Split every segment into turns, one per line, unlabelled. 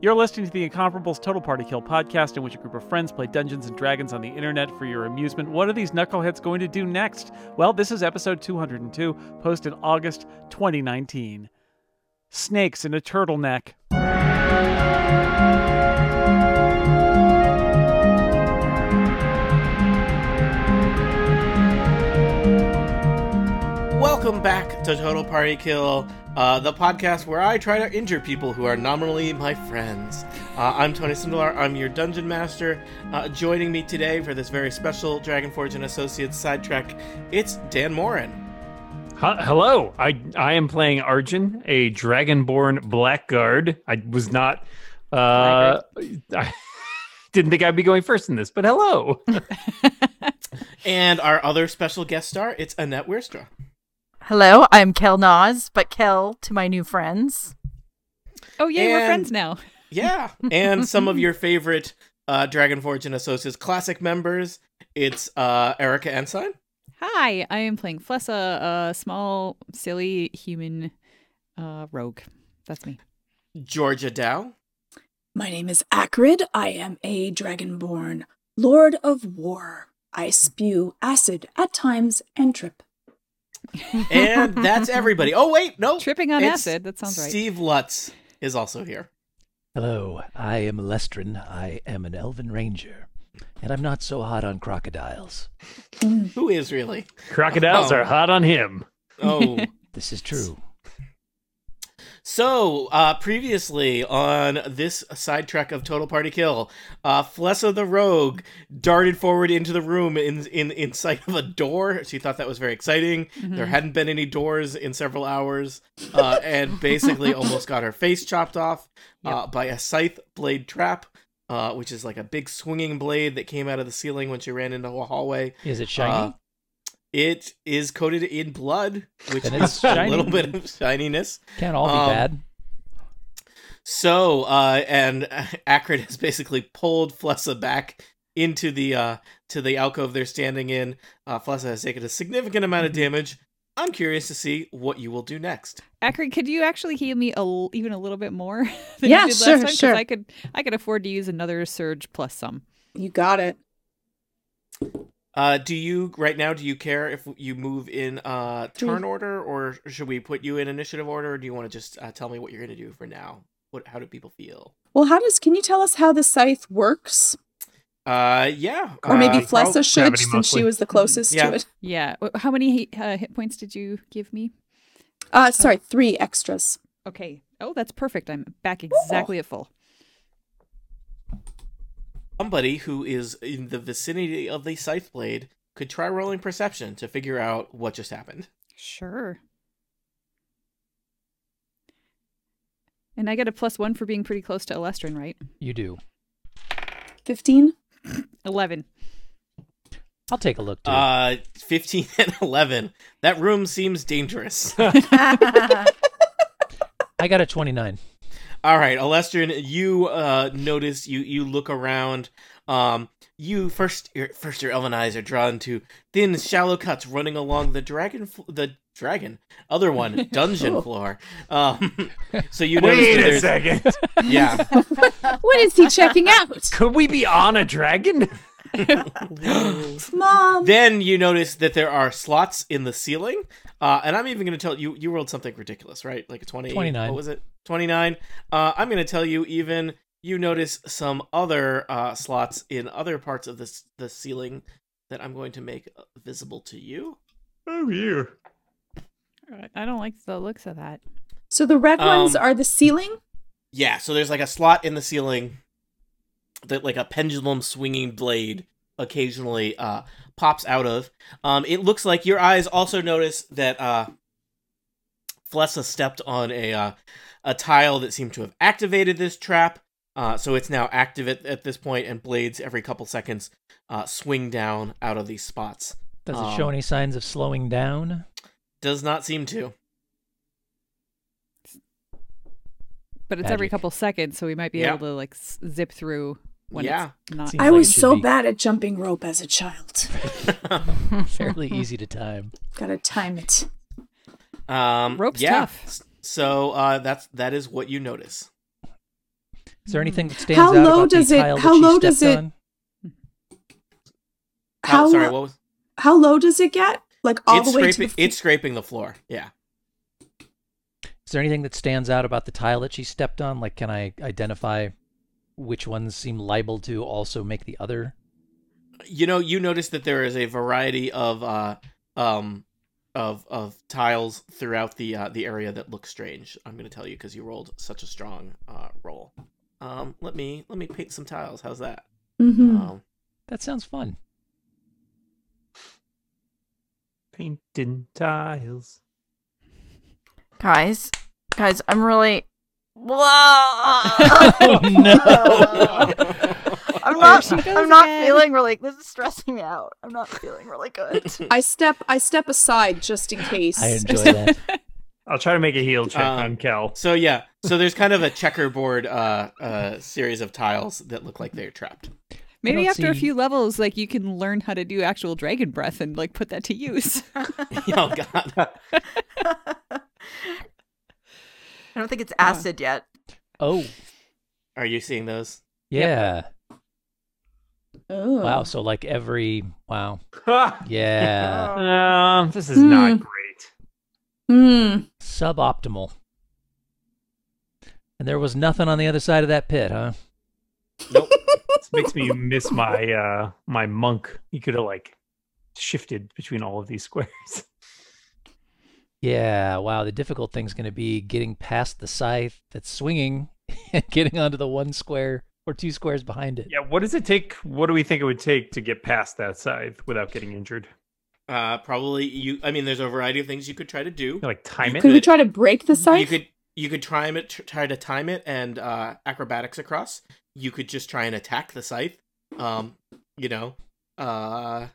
You're listening to the Incomparables Total Party Kill podcast, in which a group of friends play Dungeons and Dragons on the internet for your amusement. What are these knuckleheads going to do next? Well, this is episode 202, posted August 2019. Snakes in a turtleneck.
Welcome back to Total Party Kill, uh, the podcast where I try to injure people who are nominally my friends. Uh, I'm Tony Sindelar. I'm your dungeon master. Uh, joining me today for this very special Dragon Forge and Associates sidetrack, it's Dan Morin.
Huh, hello, I I am playing Arjun, a dragonborn blackguard. I was not. Uh, I didn't think I'd be going first in this, but hello.
And our other special guest star, it's Annette Weirstra.
Hello, I'm Kel Nas, but Kel to my new friends.
Oh
And-
yay, we're friends now.
Yeah, and some of your favorite uh, Dragon Forge and Associates classic members, it's uh, Erica Ensign.
Hi, I am playing Flessa, a small, silly human uh, rogue. That's me.
Georgia Dow.
My name is Acrid. I am a dragonborn, lord of war. I spew acid at times and trip.
And that's everybody. Oh, wait, no.
Tripping on
it's
acid. That sounds right.
Steve Lutz is also here.
Hello, I am Lestrin. I am an elven ranger, and I'm not so hot on crocodiles.
Mm,
Who is really?
Crocodiles
Oh.
are hot on him.
Oh.
This is true.
so, uh, previously on this sidetrack of Total Party Kill, uh, Flessa the Rogue darted forward into the room in, in, in sight of a door. She thought that was very exciting. There hadn't been any doors in several hours, uh, and basically almost got her face chopped off uh, by a scythe blade trap. Uh, which is like a big swinging blade that came out of the ceiling when she ran into a hallway.
Is it shiny?
Uh, it is coated in blood, which
Then
is
it's
a
shiny.
little bit of shininess.
Can't all be
um,
bad.
So, uh, and Acrid has basically pulled Flessa back into the uh, to the alcove they're standing in. Uh, Flessa has taken a significant amount of
Mm-hmm.
damage. I'm curious to see what you will do next.
Akri, could you actually heal me a l- even a little bit more than
Yeah,
you did
sure,
last time? 'Cause
sure.
I could I could afford to use another surge plus some.
You got it.
Uh, do you right now? Do you care if you move in uh, turn order, or should we put you in initiative order? Or do you want to just uh, tell me what you're going to do for now? What? How do people feel?
Well, how does? Can you tell us how the scythe works,
Uh, yeah.
or maybe
uh,
Flessa
prob-
should,
Gravity
since
mostly.
she was the closest
Mm, Yeah.
to it?
Yeah. Wh- How many hi- uh, hit points did you give me?
Uh, sorry, three extras.
Okay. Oh, that's perfect. I'm back exactly at full.
somebody who is in the vicinity of the scythe blade could try rolling perception to figure out what just happened.
Sure. And I get a plus one for being pretty close to Elestrin, right?
You do.
Fifteen.
Eleven.
I'll take a look too.
Uh, 15 and 11. That room seems dangerous.
I got a 29.
All right, Alestrin, you uh notice you you look around. Um, you first your first your elven eyes are drawn to thin, shallow cuts running along the dragon fl- the dragon other one dungeon floor. Um, so you notice
Oh. Wait
that
a
there's
second.
yeah.
what is he checking out,
Could we be on a dragon?
Mom?
then you notice that there are slots in the ceiling. Uh, and I'm even going to tell you, you rolled something ridiculous, right? Like a 20,
29.
What was it? 29. Uh, I'm going to tell you, even you notice some other uh, slots in other parts of this the ceiling that I'm going to make uh, visible to you.
Oh, you.
Alright, I don't like the looks of that.
so the red ones
Um,
are the ceiling.
Yeah, so there's like a slot in the ceiling that like a pendulum swinging blade occasionally uh pops out of. Um it looks like your eyes also notice that uh Flessa stepped on a uh, a tile that seemed to have activated this trap. Uh so it's now active at, at this point and blades every couple seconds uh swing down out of these spots.
Does
um,
it show any signs of slowing down?
Does not seem to.
But it's every
Magic.
couple seconds, so we might be
Yeah.
able to like s- zip through when
Yeah.
it's not.
Seems
I
like
was
it should
so
be
bad at jumping rope as a child.
Fairly easy to time.
Gotta time it.
Um
Rope's
yeah.
tough.
S- So uh that's that is what you notice.
Is there anything that stands
How
out
low
about
does
the
it-
tile
how
that she
low
stepped
does it-
on?
How,
How
sorry,
lo-
what was?
How low does it get? Like all
it's
the way
scraping.
to the
it's scraping the floor. Yeah.
Is there anything that stands out about the tile that she stepped on? Like, can I identify which ones seem liable to also make the other?
You know, you notice that there is a variety of uh um of of tiles throughout the uh, the area that look strange. I'm going to tell you because you rolled such a strong uh roll. Um, let me let me paint some tiles. How's that?
hmm
Um,
That sounds fun.
Painting tiles.
Guys, guys, I'm really. Whoa!
Oh no!
I'm not.
she goes
I'm not
again.
feeling really. This is stressing me out. I'm not feeling really good.
I step I step aside just in case.
I enjoy that.
I'll try to make a heal check
Um,
on Kel.
So yeah, so there's kind of a checkerboard uh, uh, series of tiles that look like they're trapped.
Maybe
don't
after a
see-
few levels, like you can learn how to do actual dragon breath and like put that to use.
oh God!
I don't think it's acid yet.
Oh
Are you seeing those?
yeah!
Oh.
Wow. So like every wow.
Ah,
Yeah.
um, this is not
Hmm.
great.
Hmm.
Suboptimal. And there was nothing on the other side of that pit, huh?
Nope.
This makes me miss my uh my monk. He could have like shifted between all of these squares.
Yeah, wow. The difficult thing's going to be getting past the scythe that's swinging and getting onto the one square or two squares behind it.
yeah, what does it take? What do we think it would take to get past that side without getting injured?
uh, probably you. I mean, there's a variety of things you could try to do.
Like time
Could
it?
we try to break the
You
scythe?
could you could try it, try to time it, and uh, acrobatics across. You could just try and attack the scythe. Um, you know, uh,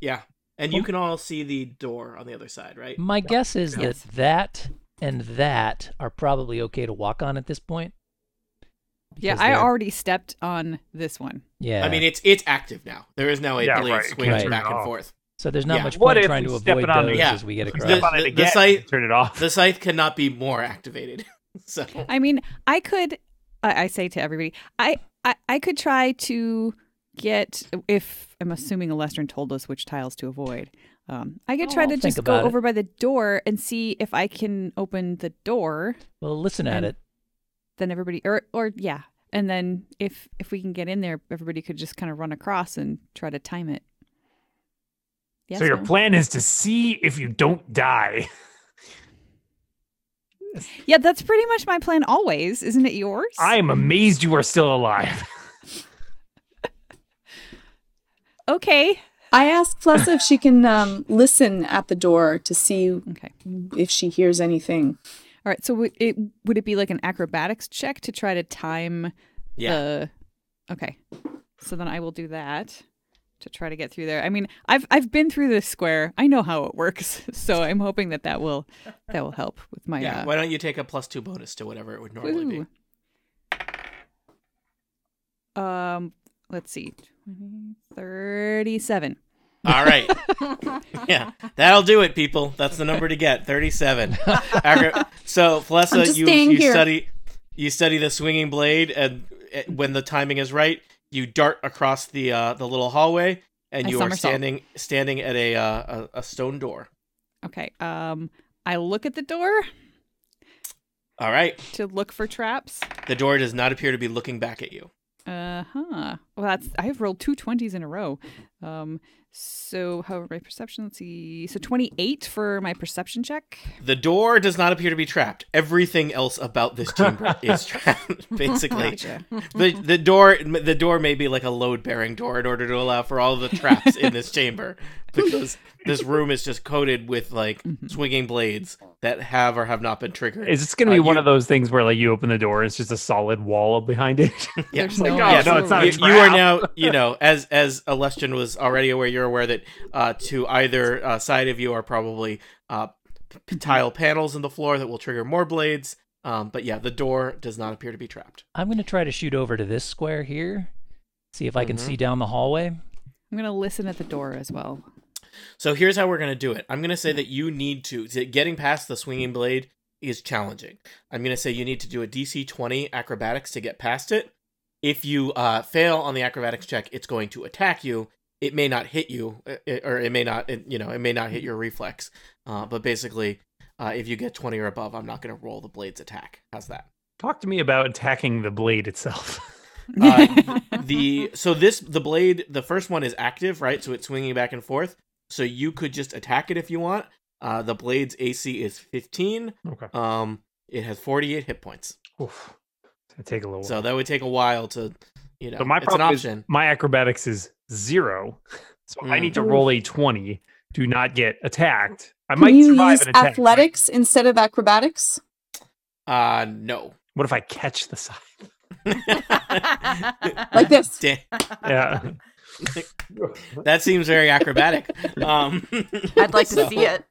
yeah. And you can all see the door on the other side, right?
My guess is
Yes.
that that and that are probably okay to walk on at this point.
yeah,
because
I
they're-
already stepped on this one.
Yeah.
I mean, it's it's active now. There is now a
Yeah,
blade
right, it
swings
can
back
turn
and
off.
forth.
so there's not
yeah.
much
What
point
if
trying
we
to
step
avoid
it on
those
the-
as we get
If we
across.
The-
Step on it
the
again.
site-
turn it off.
The scythe cannot be more activated. So
I mean, I could. I, I say to everybody, I, I I could try to get if I'm assuming Alestrin told us which tiles to avoid. Um, I could try
Oh,
to
think
just go
about it.
over by the door and see if I can open the door.
Well, listen at
And-
it.
Then everybody, or or yeah, and then if if we can get in there, everybody could just kind of run across and try to time it. Yes,
so your
no?
plan is to see if you don't die.
yeah, that's pretty much my plan always, isn't it yours?
I am amazed you are still alive.
okay.
I asked Flessa if she can um, listen at the door to see
Okay.
if she hears anything.
All right. So would it would it be like an acrobatics check to try to time
yeah,
the? Okay. So then I will do that to try to get through there. I mean, I've I've been through this square. I know how it works. So I'm hoping that that will that will help with my.
yeah.
uh,
Why don't you take a plus two bonus to whatever it would normally be?
ooh. Um. Let's see. 20, Thirty-seven.
All right. yeah, that'll do it, people. That's the number to get. Thirty-seven. Agri- so,
I'm
Flessa,
just
you
staying
you
here.
study you study the swinging blade, and eh, when the timing is right, you dart across the uh, the little hallway, and
I
you are
somersault.
standing standing at a, uh, a a stone door.
Okay. Um. I look at the door
All right.
to look for traps.
The door does not appear to be looking back at you.
Uh huh. Well, that's I have rolled two twenties in a row. Um. So, however, my perception. Let's see. So, twenty-eight for my perception check.
The door does not appear to be trapped. Everything else about this chamber is trapped. Basically,
Gotcha.
the the door the door may be like a load bearing door in order to allow for all the traps in this chamber because this room is just coated with like swinging blades that have or have not been triggered.
Is this going to
Uh,
be one
you-
of those things where like you open the door, it's just a solid wall behind it?
Yeah.
There's no.
Like, oh, no, it's not a
you, you are
trap.
now, you know, as as Alestian was already aware, you're aware that uh, to either uh, side of you are probably uh, p- tile panels in the floor that will trigger more blades. Um, but yeah, the door does not appear to be trapped.
I'm going to try to shoot over to this square here, see if I can
Mhm.
see down the hallway.
I'm gonna listen at the door as well.
So here's how we're gonna do it. I'm gonna say that you need to, to- getting past the swinging blade. is challenging. I'm going to say you need to do a DC 20 acrobatics to get past it. If you uh, fail on the acrobatics check, it's going to attack you. It may not hit you, uh, it- or it may not, it, you know, it may not hit your reflex. Uh, but basically, uh, if you get 20 or above, I'm not going to roll the blade's attack. How's that?
Talk to me about attacking the blade itself.
Uh, the so this the blade the first one is active right so it's swinging back and forth so you could just attack it if you want uh the blade's ac is 15
okay.
um it has 48 hit points
Oof. It's gonna take a little.
so that would take a while to you know
Oh, So my
it's an
problem is
option
my acrobatics is zero, so I
Mm.
need to roll a twenty to not get attacked. I
Can
might
you
survive
use
an attack. right?
athletics instead of acrobatics?
uh no
What if I catch the side?
Like this.
Da-
Yeah.
that seems very acrobatic um
I'd like to
so-
see it.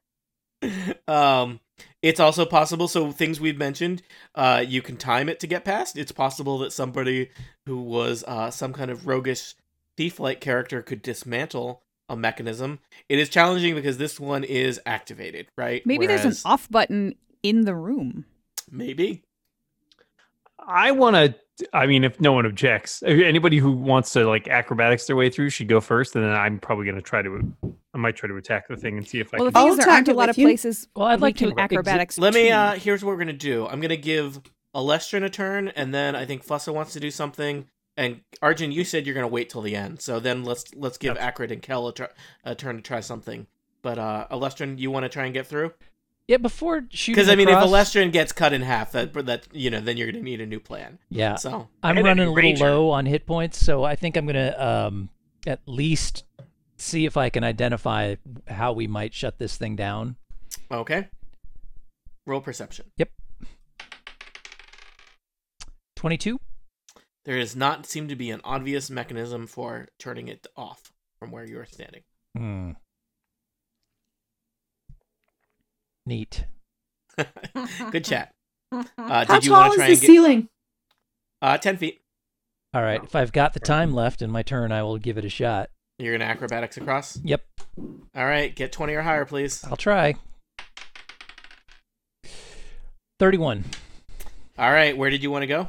um it's also possible so things we've mentioned uh you can time it to get past it's possible that somebody who was uh some kind of roguish thief like character could dismantle a mechanism it is challenging because this one is activated right
Maybe there's
Whereas-
an off button in the room.
maybe
I want to. I mean, if no one objects, if anybody who wants to like acrobatics their way through should go first, and then I'm probably going to try to. I might try to attack the thing and see if I
Well, the
can.
thing
I'll
is, there
attack
aren't a
it
lot
with
of
you.
places
Well, I'd
we
like
can
to
acrobatics.
let me
too.
uh here's what we're gonna do i'm gonna give alestrin a turn and then i think flussa wants to do something and arjun you said you're gonna wait till the end so then let's let's give Akrid and kel a, tr- a turn to try something but uh alestrin you want to try and get through
Yeah, before shooting.
Because I mean,
across-
if Alestrian gets cut in half, that that you know, then you're gonna need a new plan.
Yeah,
So
I'm
Enemy
running a little
ranger.
low on hit points, so I think I'm gonna um, at least see if I can identify how we might shut this thing down.
okay, roll perception.
Twenty-two.
There does not seem to be an obvious mechanism for turning it off from where you are standing.
Hmm. Neat.
Good chat. Uh,
How
did you want to
tall is
try
the
and get
ceiling?
uh, ten feet?
All right, if I've got the time left in my turn, I will give it a shot.
You're gonna acrobatics across.
Yep,
All right, get twenty or higher, please.
I'll try. Thirty-one.
All right, where did you want to go?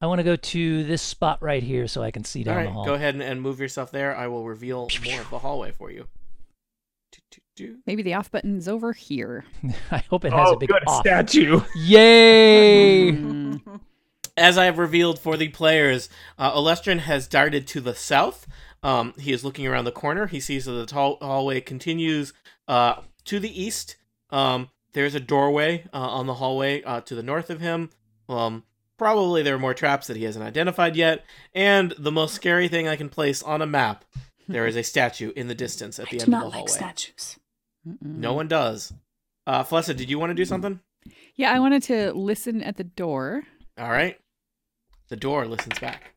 I want to go to this spot right here so I can see down
All
the
right,
hall.
go ahead and, and move yourself there. I will reveal more of the hallway for you. Do, do, do.
Maybe the off button's over here.
I hope it has
oh,
a big
good
off.
statue.
Yay!
As I have revealed for the players, uh, Olestrin has darted to the south. Um, he is looking around the corner. He sees that the tall hallway continues uh, to the east. Um, there's a doorway uh, on the hallway uh, to the north of him. Um, probably there are more traps that he hasn't identified yet. And the most scary thing I can place on a map there is a statue in the distance at
I
the end
do
of the
not like
hallway.
statues.
no one does. Uh, Flessa, did you want to do something?
Yeah, I wanted to listen at the door.
All right. The door listens back.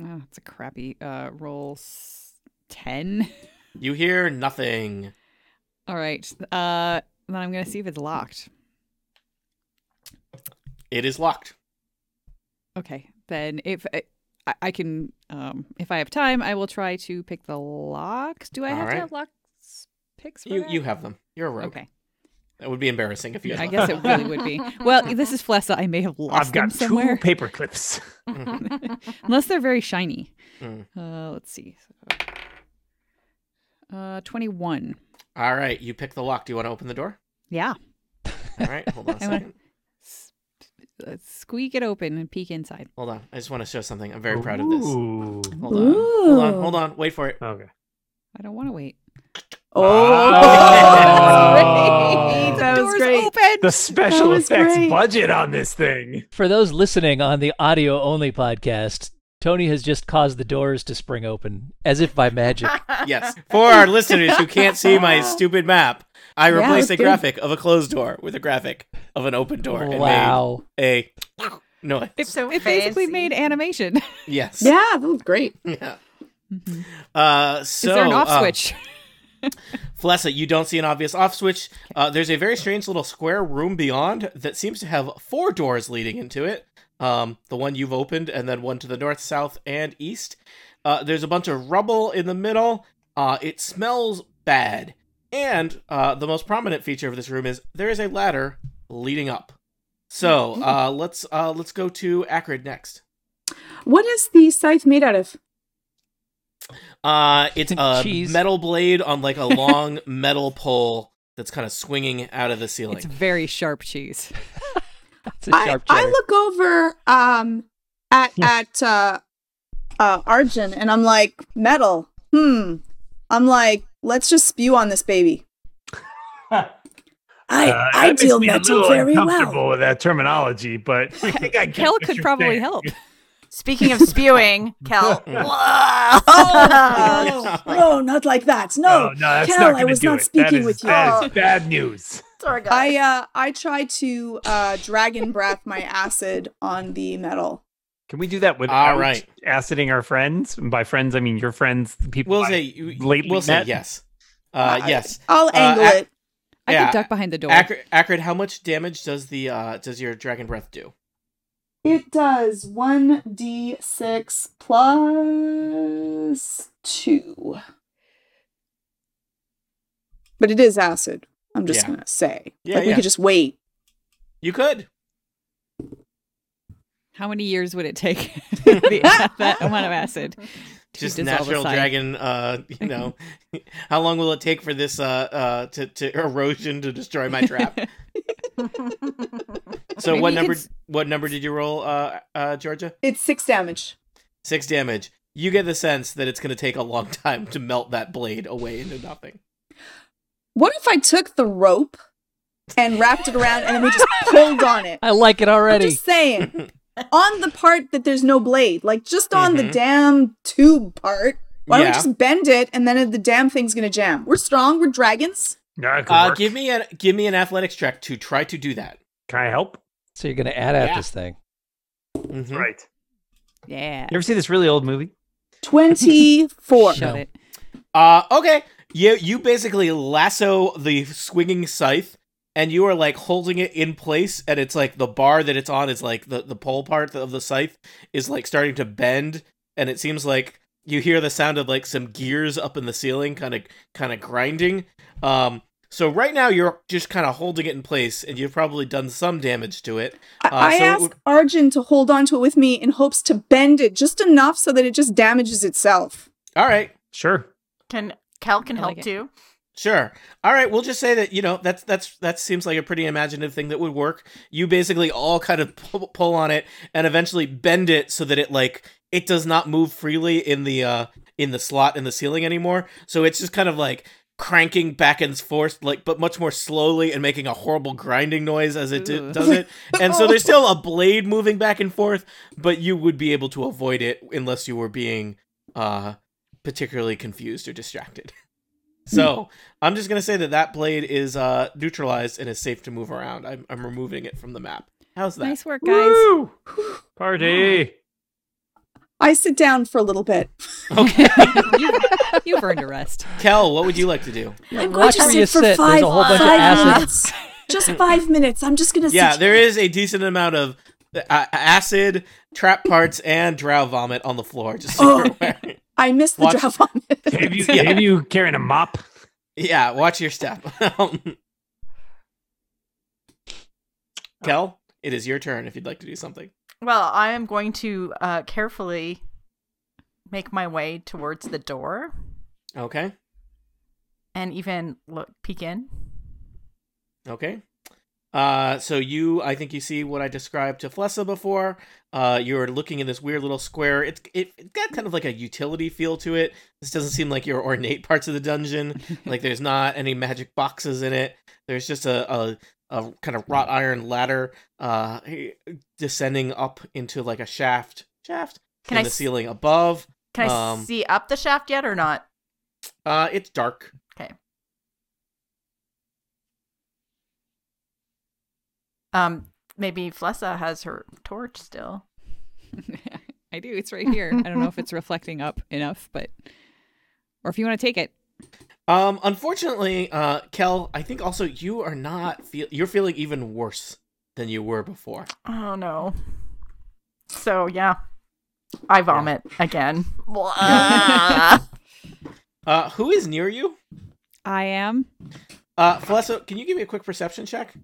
Oh, it's a crappy uh, roll. s- Ten.
You hear nothing.
All right. Uh, then I'm gonna see if it's locked.
It is locked.
Okay. Then if I, I- I can, um, if I have time, I will try to pick the locks. Do I
All
have to
right.
have locks picks? For
You
that?
you have them. You're a rogue.
Okay.
That would be embarrassing if you. Had
I
them.
guess it really would be. Well, this is Flessa. I may have lost
I've got
them somewhere.
two paper clips.
Unless they're very shiny.
Mm.
Uh, let's see. Uh, 21.
All right, you pick the lock. Do you want to open the door?
Yeah.
All right, hold on a
I wanna-
second.
S- uh, squeak it open and peek inside.
Hold on. I just want to show something. I'm very proud of this.
Ooh.
Hold on. Hold on. Hold on. Wait for it.
Okay.
I don't want to wait.
Oh.
That was great. That was
Oh.
Doors
great.
open.
The special
That was
effects
great.
budget on this thing.
For those listening on the audio only podcast, Tony has just caused the doors to spring open as if by magic.
Yes. For our listeners who can't see my stupid map, I
Yeah,
replaced a
it's good.
graphic of a closed door with a graphic of an open door and
wow.
made a noise.
It,
So uh,
it basically
fancy.
made animation.
Yes.
Yeah, that was great.
Yeah.
Mhm.
Uh, so
is there an off
uh,
switch?
Flessa, you don't see an obvious off switch. Uh, there's a very strange little square room beyond that seems to have four doors leading into it. Um, the one you've opened, and then one to the north, south, and east. Uh, there's a bunch of rubble in the middle. Uh, it smells bad. And uh, the most prominent feature of this room is there is a ladder leading up. So uh, let's uh, let's go to Acrid next.
What is the scythe made out of?
Uh, it's a
Cheese.
metal blade on like a long metal pole that's kind of swinging out of the ceiling.
It's very sharp cheese.
It's a
I,
sharp
I
cheddar.
look over um at at uh uh Arjun and I'm like, metal. Hmm. I'm like, let's just spew on this baby. I
Uh,
I deal metal very well.
with that terminology, but I think I
Kel could probably help.
Speaking of spewing, Kel.
Oh, no, not like that. No,
Oh,
Cal, I was not speaking with you.
Oh.
bad news.
Sorry, guys.
I uh I try to uh dragon breath my acid on the metal.
Can we do that without
All right.
aciding our friends? And by friends, I mean your friends, the people.
We'll
I-
say you-
lately
we'll say
met?
yes. Uh,
I-
yes.
I'll angle
ac-
it.
I
Yeah.
could duck behind the door.
Acrid, Acrid, how much damage does the uh, does your dragon breath do?
It does 1d6 plus 2. But it is acid. I'm just
Yeah.
going to say.
Yeah,
like, we
yeah.
could just wait.
You could.
How many years would it take the, that amount of acid? To
Just
dissolve a
natural
side?
dragon, uh, you know. how long will it take for this uh, uh, to, to erosion to destroy my trap? so
Maybe
what
you
number?
could s-
What number did you roll, uh, uh, Georgia?
It's 6 damage.
Six damage. You get the sense that it's going to take a long time to melt that blade away into nothing.
What if I took the rope and wrapped it around and then we just pulled on it?
I like it
I'm
already.
just saying. on the part that there's no blade, like just on the
Mhm.
damn tube part. Why don't
Yeah.
we just bend it and then the damn thing's going to jam? We're strong. We're dragons.
Yeah, it could
Uh,
work.
give me a give me an athletics check to try to do that.
Can I help?
So you're gonna add at
Yeah.
this thing.
Mhm.
Right.
Yeah.
You ever see this really old movie?
24.
Shut
No.
it.
Uh, okay. You you basically lasso the swinging scythe, and you are like holding it in place, and it's like the bar that it's on is like the the pole part of the scythe is like starting to bend, and it seems like you hear the sound of like some gears up in the ceiling, kind of kind of grinding. Um. So right now you're just kind of holding it in place, and you've probably done some damage to it.
I,
Uh,
I
so it
ask
would-
Arjun to hold onto it with me in hopes to bend it just enough so that it just damages itself.
All right.
Sure.
can Cal can
I
help
like it.
too?
Sure. All right. We'll just say that you know that's that's that seems like a pretty imaginative thing that would work. You basically all kind of pull, pull on it and eventually bend it so that it like it does not move freely in the uh in the slot in the ceiling anymore. So it's just kind of like cranking back and forth, like but much more slowly and making a horrible grinding noise as it do-
Ooh.
does it. And so
Oh.
there's still a blade moving back and forth, but you would be able to avoid it unless you were being uh particularly confused or distracted. So I'm just gonna say that that blade is uh, neutralized and is safe to move around. I'm, I'm removing it from the map. How's that?
Nice work, guys.
Woo! Party.
I sit down for a little bit.
Okay,
you, you've earned a rest.
Kel, what would you like to do?
I'm
going watch to where sit you for sit. There's five- a whole bunch of five acid.
minutes. just five minutes. I'm just gonna
Yeah, there is a decent amount of uh, acid, trap parts, and drow vomit on the floor. Just so you're
Oh.
aware.
I missed the
Watch-
draft on
Have you,
it.
have you carrying a mop?
Yeah, watch your step. Um, Kel, it is your turn if you'd like to do something.
Well, I am going to uh, carefully make my way towards the door
Okay,
and even look peek in.
okay. Uh, so you, I think you see what I described to Flessa before. Uh, you're looking in this weird little square. It's it, it's got kind of like a utility feel to it. This doesn't seem like your ornate parts of the dungeon. like there's not any magic boxes in it. There's just a a, a kind of wrought iron ladder uh, descending up into like a shaft shaft
Can
in
I
the
s-
ceiling above.
Can I
Um,
see up the shaft yet or not?
Uh, it's dark.
Um, maybe Flessa has her torch still.
I do. It's right here. I don't know if it's reflecting up enough, but or if you want to take it.
Um, unfortunately, uh, Kel, I think also you are not feel you're feeling even worse than you were before.
Oh no. So yeah, I vomit again.
Uh, who is near you?
I am.
Uh, Falesso, can you give me a quick perception check?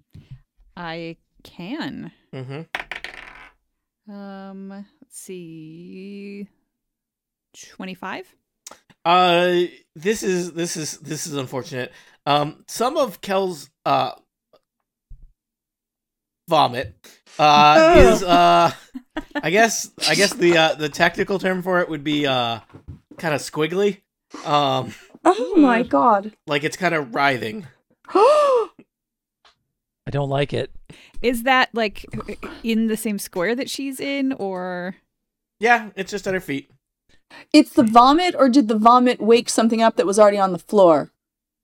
I can.
Mm-hmm.
Um, let's see. 25?
Uh, this is this is this is unfortunate. Um, some of Kel's uh vomit uh
Oh.
is uh I guess I guess the uh the technical term for it would be uh kind of squiggly. Um,
Oh my
Hmm.
god.
like it's kind of writhing.
I don't like it.
Is that like in the same square that she's in or
Yeah, it's just at her feet.
it's the vomit, or did the vomit wake something up that was already on the floor?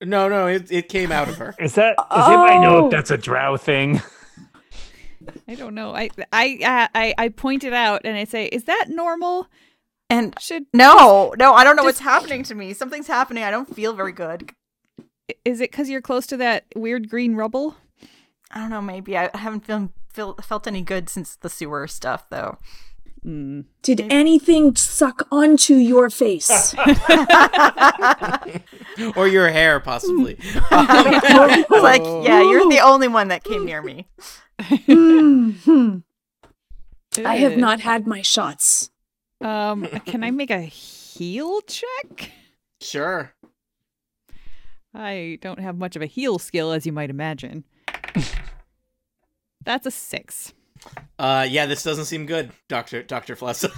No, no, it it came out of her.
Is that? Does anybody know
Oh.
if that's a drow thing?
I don't know. I I I I point it out and I say, "Is that normal?"
And
Should
no, no, I don't know what's
Just-
happening to me. Something's happening. I don't feel very good.
is it cuz you're close to that weird green rubble?
I don't know. Maybe I I haven't feel, feel, felt any good since the sewer stuff, though.
Mm.
Did anything suck onto your face?
or your hair possibly.
it's like,
Oh.
yeah, you're the only one that came near me.
Mhm. I have not had my shots.
Um can I make a heal check?
sure.
I don't have much of a heal skill as you might imagine. That's a 6.
Uh, yeah, this doesn't seem good, Doctor Doctor Flessa.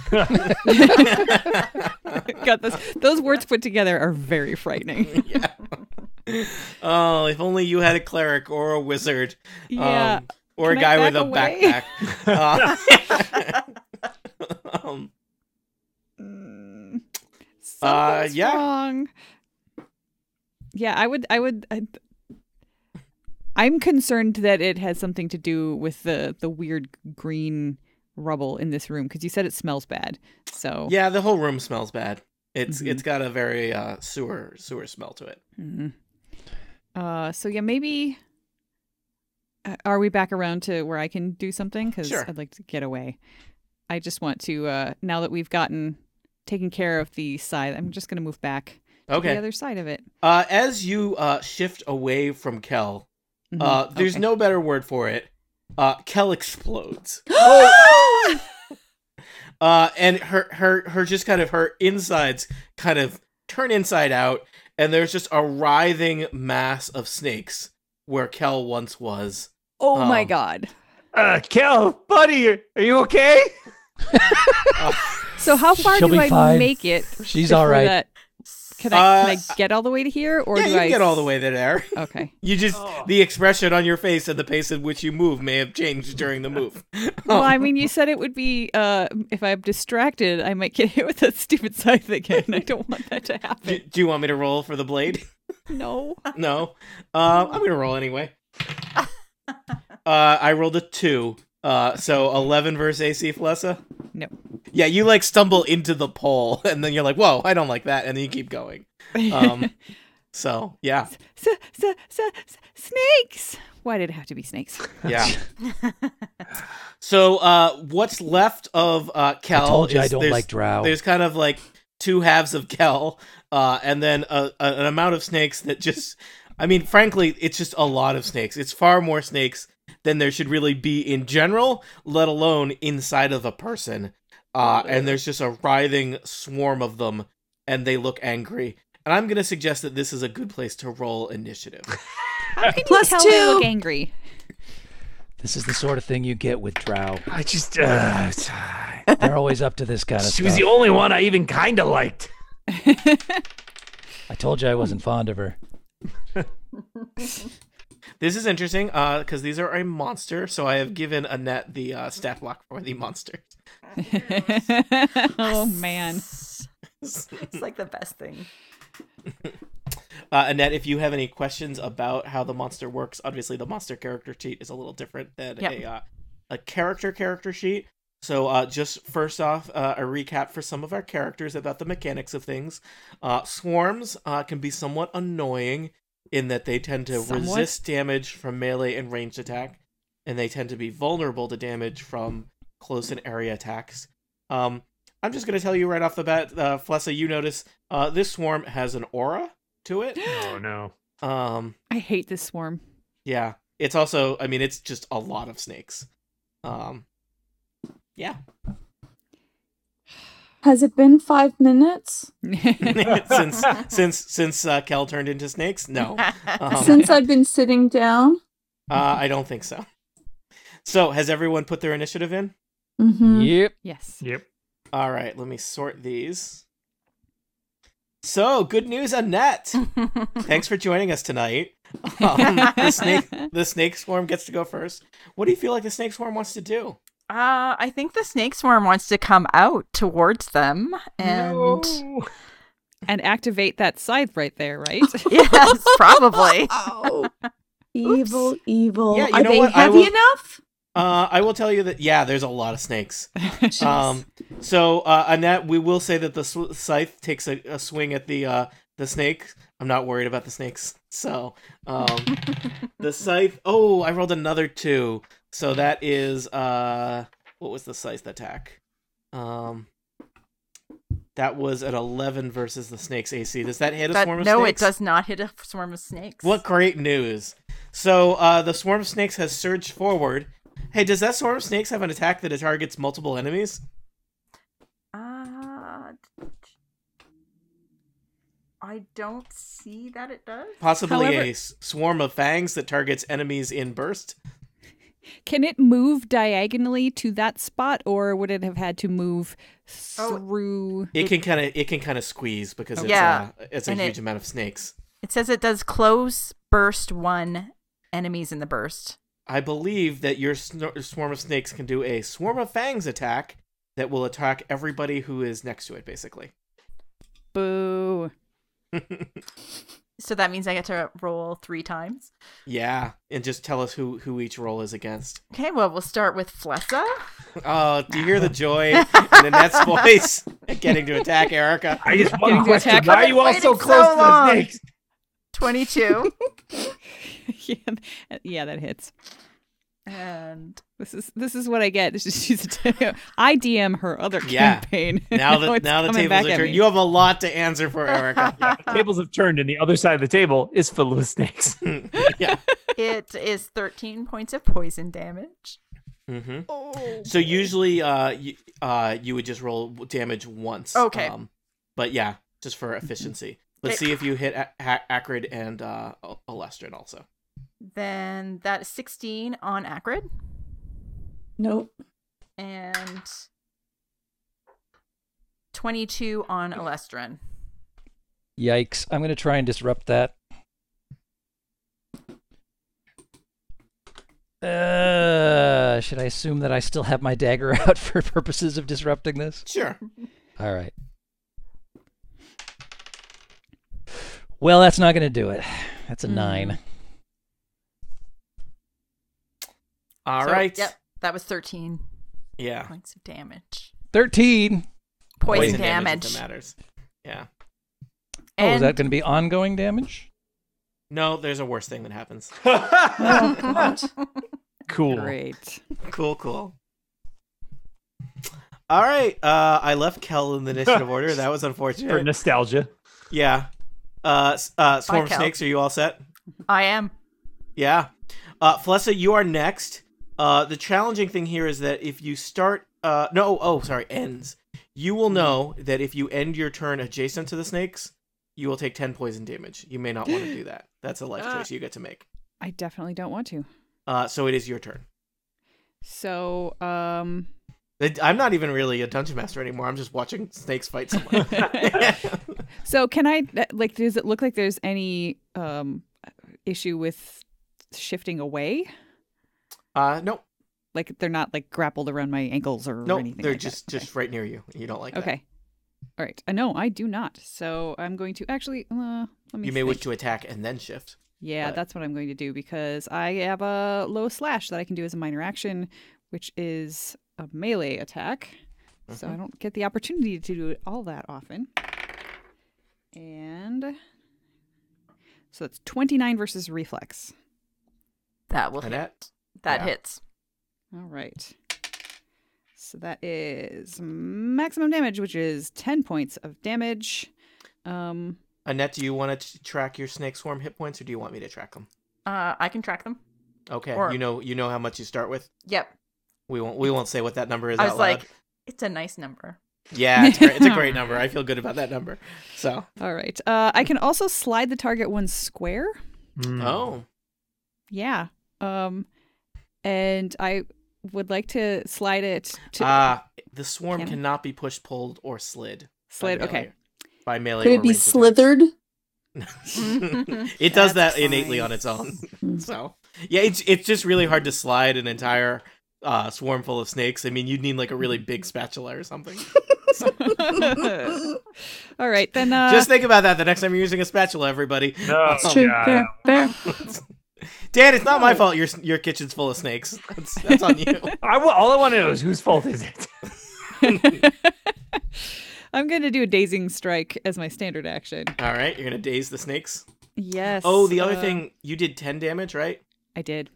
God, those those words put together are very frightening.
yeah. Oh, if only you had a cleric or a wizard, um,
Yeah.
or
Can
a
I
guy with a Uh,
back away?
backpack. Uh, um,
Mm.
Uh,
Something's
yeah.
wrong. Yeah, I would. I would. I, I'm concerned that it has something to do with the the weird green rubble in this room because you said it smells bad. So
yeah, the whole room smells bad. It's
Mhm.
it's got a very uh, sewer sewer smell to it.
Mhm. Uh, so yeah, maybe. uh, Are we back around to where I can do something? Because
Sure.
I'd like to get away. I just want to. Uh, now that we've gotten taken care of the side, I'm just going to move back to the
Okay.
other side of it.
Uh, as you uh, shift away from Kel,
Mhm.
uh, there's
Okay.
no better word for it. Uh, Kel explodes.
Oh!
uh, and her her her just kind of her insides kind of turn inside out, and there's just a writhing mass of snakes where Kel once was.
Oh my
Oh.
god.
Uh, Kel, buddy, are you okay?
So how far
She'll
do
be
I
fine.
make it?
She's
before
all right.
That? Can I can
Uh,
I get all the way to here or
yeah,
do
you
I
get all the way to there.
Okay.
You just the expression on your face and the pace at which you move may have changed during the move.
Well, I mean, you said it would be uh, if I'm distracted, I might get hit with that stupid scythe again. I don't want that to
do,
happen.
do you want me to roll for the blade?
No.
no, uh, I'm gonna roll anyway. Uh, I rolled a two, uh, so eleven versus AC Flessa.
No.
Yeah, you like stumble into the pole, and then you're like, "Whoa, I don't like that," and then you keep going. Um, so yeah,
S- s- s- s- snakes. Why did it have to be snakes?
yeah. so uh, what's left of uh, Kel?
I told you I
is-
don't
there's-
like drow.
There's kind of like two halves of Kel, uh, and then a, a, an amount of snakes that just. I mean, frankly, it's just a lot of snakes. It's far more snakes than there should really be in general, let alone inside of a person. Uh, and there's just a writhing swarm of them, and they look angry. And I'm gonna suggest that this is a good place to roll initiative.
How can
Plus
you tell they
two.
look angry?
This is the sort of thing you get with drow.
I just. Uh,
They're always up to this kind of
she was
stuff.
the only one I even kind of liked.
I told you I wasn't fond of her.
This is interesting because these are a monster, so I have given Annette the uh, stat block for the monsters.
oh man.
It's like the best thing.
Uh, Annette, if you have any questions about how the monster works, obviously the monster character sheet is a little different than
Yep.
a uh, a character character sheet. So uh, just first off, uh, a recap for some of our characters about the mechanics of things. Uh, swarms uh, can be somewhat annoying in that they tend to
Somewhat?
resist damage from melee and ranged attack, and they tend to be vulnerable to damage from close and area attacks. Um, I'm just going to tell you right off the bat, uh, Flessa, you notice uh, this swarm has an aura to it.
Oh no.
Um,
I hate this swarm.
yeah. It's also, I mean, it's just a lot of snakes. Um, yeah.
Has it been five minutes
since since since uh, Kel turned into snakes? No, Um,
since I've been sitting down?
uh, I don't think so. So, has everyone put their initiative in?
Mm-hmm.
Yep.
yes.
Yep.
All right, let me sort these. So, good news, Annette. Thanks for joining us tonight. Um, the snake, the snake swarm gets to go first. What do you feel like the snake swarm wants to do?
Uh, I think the snake swarm wants to come out towards them, and
And activate that scythe right there, right?
Oh, yes, probably.
Oh, evil, evil.
Yeah, you
Are
know
they
what? I
heavy
will-
enough?
Uh, I will tell you that yeah, there's a lot of snakes. Um, so uh, Annette, we will say that the sw- scythe takes a, a swing at the uh, the snake. I'm not worried about the snakes. So um, the scythe. Oh, I rolled another two. So that is uh, what was the scythe attack? Um, that was at 11 versus the snake's AC. Does that hit a
That-
swarm of
no,
snakes?
it does not hit a swarm of snakes.
What great news! So uh, the swarm of snakes has surged forward. Hey, does that swarm of snakes have an attack that it targets multiple enemies?
Uh, I don't see that it does.
Possibly
However-
a s- swarm of fangs that targets enemies in burst.
Can it move diagonally to that spot, or would it have had to move
Oh.
through?
It can kind of it can kind of squeeze because it's
Yeah,
uh, it's a
and
huge
it-
amount of snakes.
It says it does close burst one enemies in the burst.
I believe that your snor- swarm of snakes can do a swarm of fangs attack that will attack everybody who is next to it. Basically,
Boo!
So that means I get to roll three times.
yeah, and just tell us who who each roll is against.
Okay, well we'll start with Flessa.
Oh, do you hear the joy in Annette's voice at getting to attack Erica?
I just
Getting
want to
to
question
attack.
why are
I've
you all
been
so
waiting
close
so
to the
long.
snakes?
Twenty-two.
yeah, th- yeah, that hits.
and
This is this is what I get. This is she's. I DM her other
Yeah.
campaign. Oh,
Now that
it's
now the tables
coming back
are
at
turned,
me.
you have a lot to answer for, Erica.
Tables have turned, and the other side of the table is filled with snakes.
yeah.
it is thirteen points of poison damage.
hmm So usually, uh, you, uh, you would just roll damage once. um,
Okay.
but yeah, just for efficiency. Let's
Okay.
see if you hit a- ha- Acrid and uh, Al- Alestrin also.
Then that is sixteen on Acrid,
Nope.
and twenty-two on Alestrin.
Yikes. I'm going to try and disrupt that. Uh, should I assume that I still have my dagger out for purposes of disrupting this?
Sure.
Mm-hmm.
All right. Well, that's not going to do it. That's a
Mm.
nine.
All right. Ah.
So, Yep, that was thirteen
Yeah.
points of damage.
13.
Poison,
damage
damage.
is what matters. Yeah.
Oh, is
And
that going to be ongoing damage?
No, there's a worse thing that happens.
cool.
Great.
cool. Cool. All right. Uh, I left Kel in the initiative order. That was
For
unfortunate.
nostalgia.
Yeah. Uh, s- uh, Swarm of
Kel.
Snakes, are you all set?
I am.
Yeah. Uh, Flessa, you are next. Uh, the challenging thing here is that if you start, uh, no, oh, sorry, ends. You
Mm-hmm.
will know that if you end your turn adjacent to the snakes, you will take 10 poison damage. You may not want to do that. That's a life
Ah.
choice you get to make.
I definitely don't want to.
Uh, so it is your turn.
So, um,
It- I'm not even really a dungeon master anymore. I'm just watching snakes fight someone.
so can I that- like? Does it look like there's any um issue with shifting away?
uh, no,
Like they're not like grappled around my ankles or,
no,
anything.
they're
like that.
just
Okay.
just right near you. You don't like that.
Okay. All right. Uh, no, I do not. So I'm going to actually. Uh, let me.
You may wish
think.
to attack and then shift.
Yeah,
but-
that's what I'm going to do because I have a low slash that I can do as a minor action, which is a melee attack. So I don't get the opportunity to do it all that often. And so that's 29 versus reflex.
That will hit.
Annette?
That
Yeah.
hits.
All right. So that is maximum damage, which is 10 points of damage. Um,
Annette, do you want to track your snake swarm hit points or do you want me to track them?
Uh, I can track them.
Okay,
Or-
you know you know how much you start with.
Yep.
We won't we won't say what that number is.
I
out
was
loud.
like, it's a nice number.
yeah, it's, great. it's a great number. I feel good about that number. So
All right. Uh, I can also slide the target one square.
Mm.
oh,
Yeah. Um, and I would like to slide it to
ah, the swarm
Can I-
cannot be pushed, pulled, or slid. by
slide. Okay.
melee- by melee.
Could
or
it be
ranged attack.
slithered?
it does
That's
that innately
fine.
on its own. so yeah, it's it's just really hard to slide an entire uh, swarm full of snakes. I mean, you'd need like a really big spatula or something.
All right. Then uh,
just think about that the next time you're using a spatula, everybody.
No,
That's
True.
God.
Fair. Fair.
Dan, it's not my fault. Your your kitchen's full of snakes. That's, that's on you.
I wa- all I want to know is whose fault is it?
I'm going to do a dazing strike as my standard action.
All right, you're gonna daze the snakes.
Yes.
Oh, the other
uh,
thing, you did ten damage, right?
I did.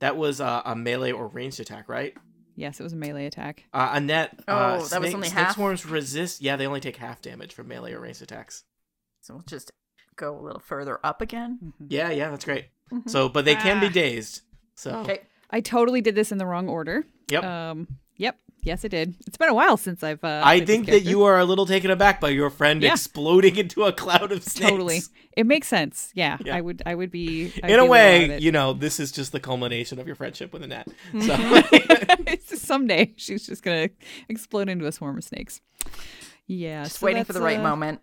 That was uh, a melee or ranged attack, right?
Yes, it was a melee attack.
Uh, Annette. uh,
Oh, that was
snake-
only
snake
half?
Swarms resist. Yeah, they only take half damage from melee or ranged attacks.
So we'll just go a little further up again.
Mm-hmm.
Yeah, yeah, that's great. So, but they can be
Ah.
dazed. So,
Mm-hmm. Okay.
I totally did this in the wrong order.
yep.
Um, yep. Yes, I did. It's been a while since I've. Uh,
I think that you
are
are a little taken aback by your friend
Yeah.
exploding into a cloud of snakes.
totally. It makes sense. Yeah,
Yeah.
I would. I would be. I would
In
be
a
little about
way,
it.
you know, this is just the culmination of your friendship with Annette. So,
It's just someday she's just gonna explode into a swarm of snakes. Yeah,
Just
so
waiting for the
that's,
right
uh,
moment.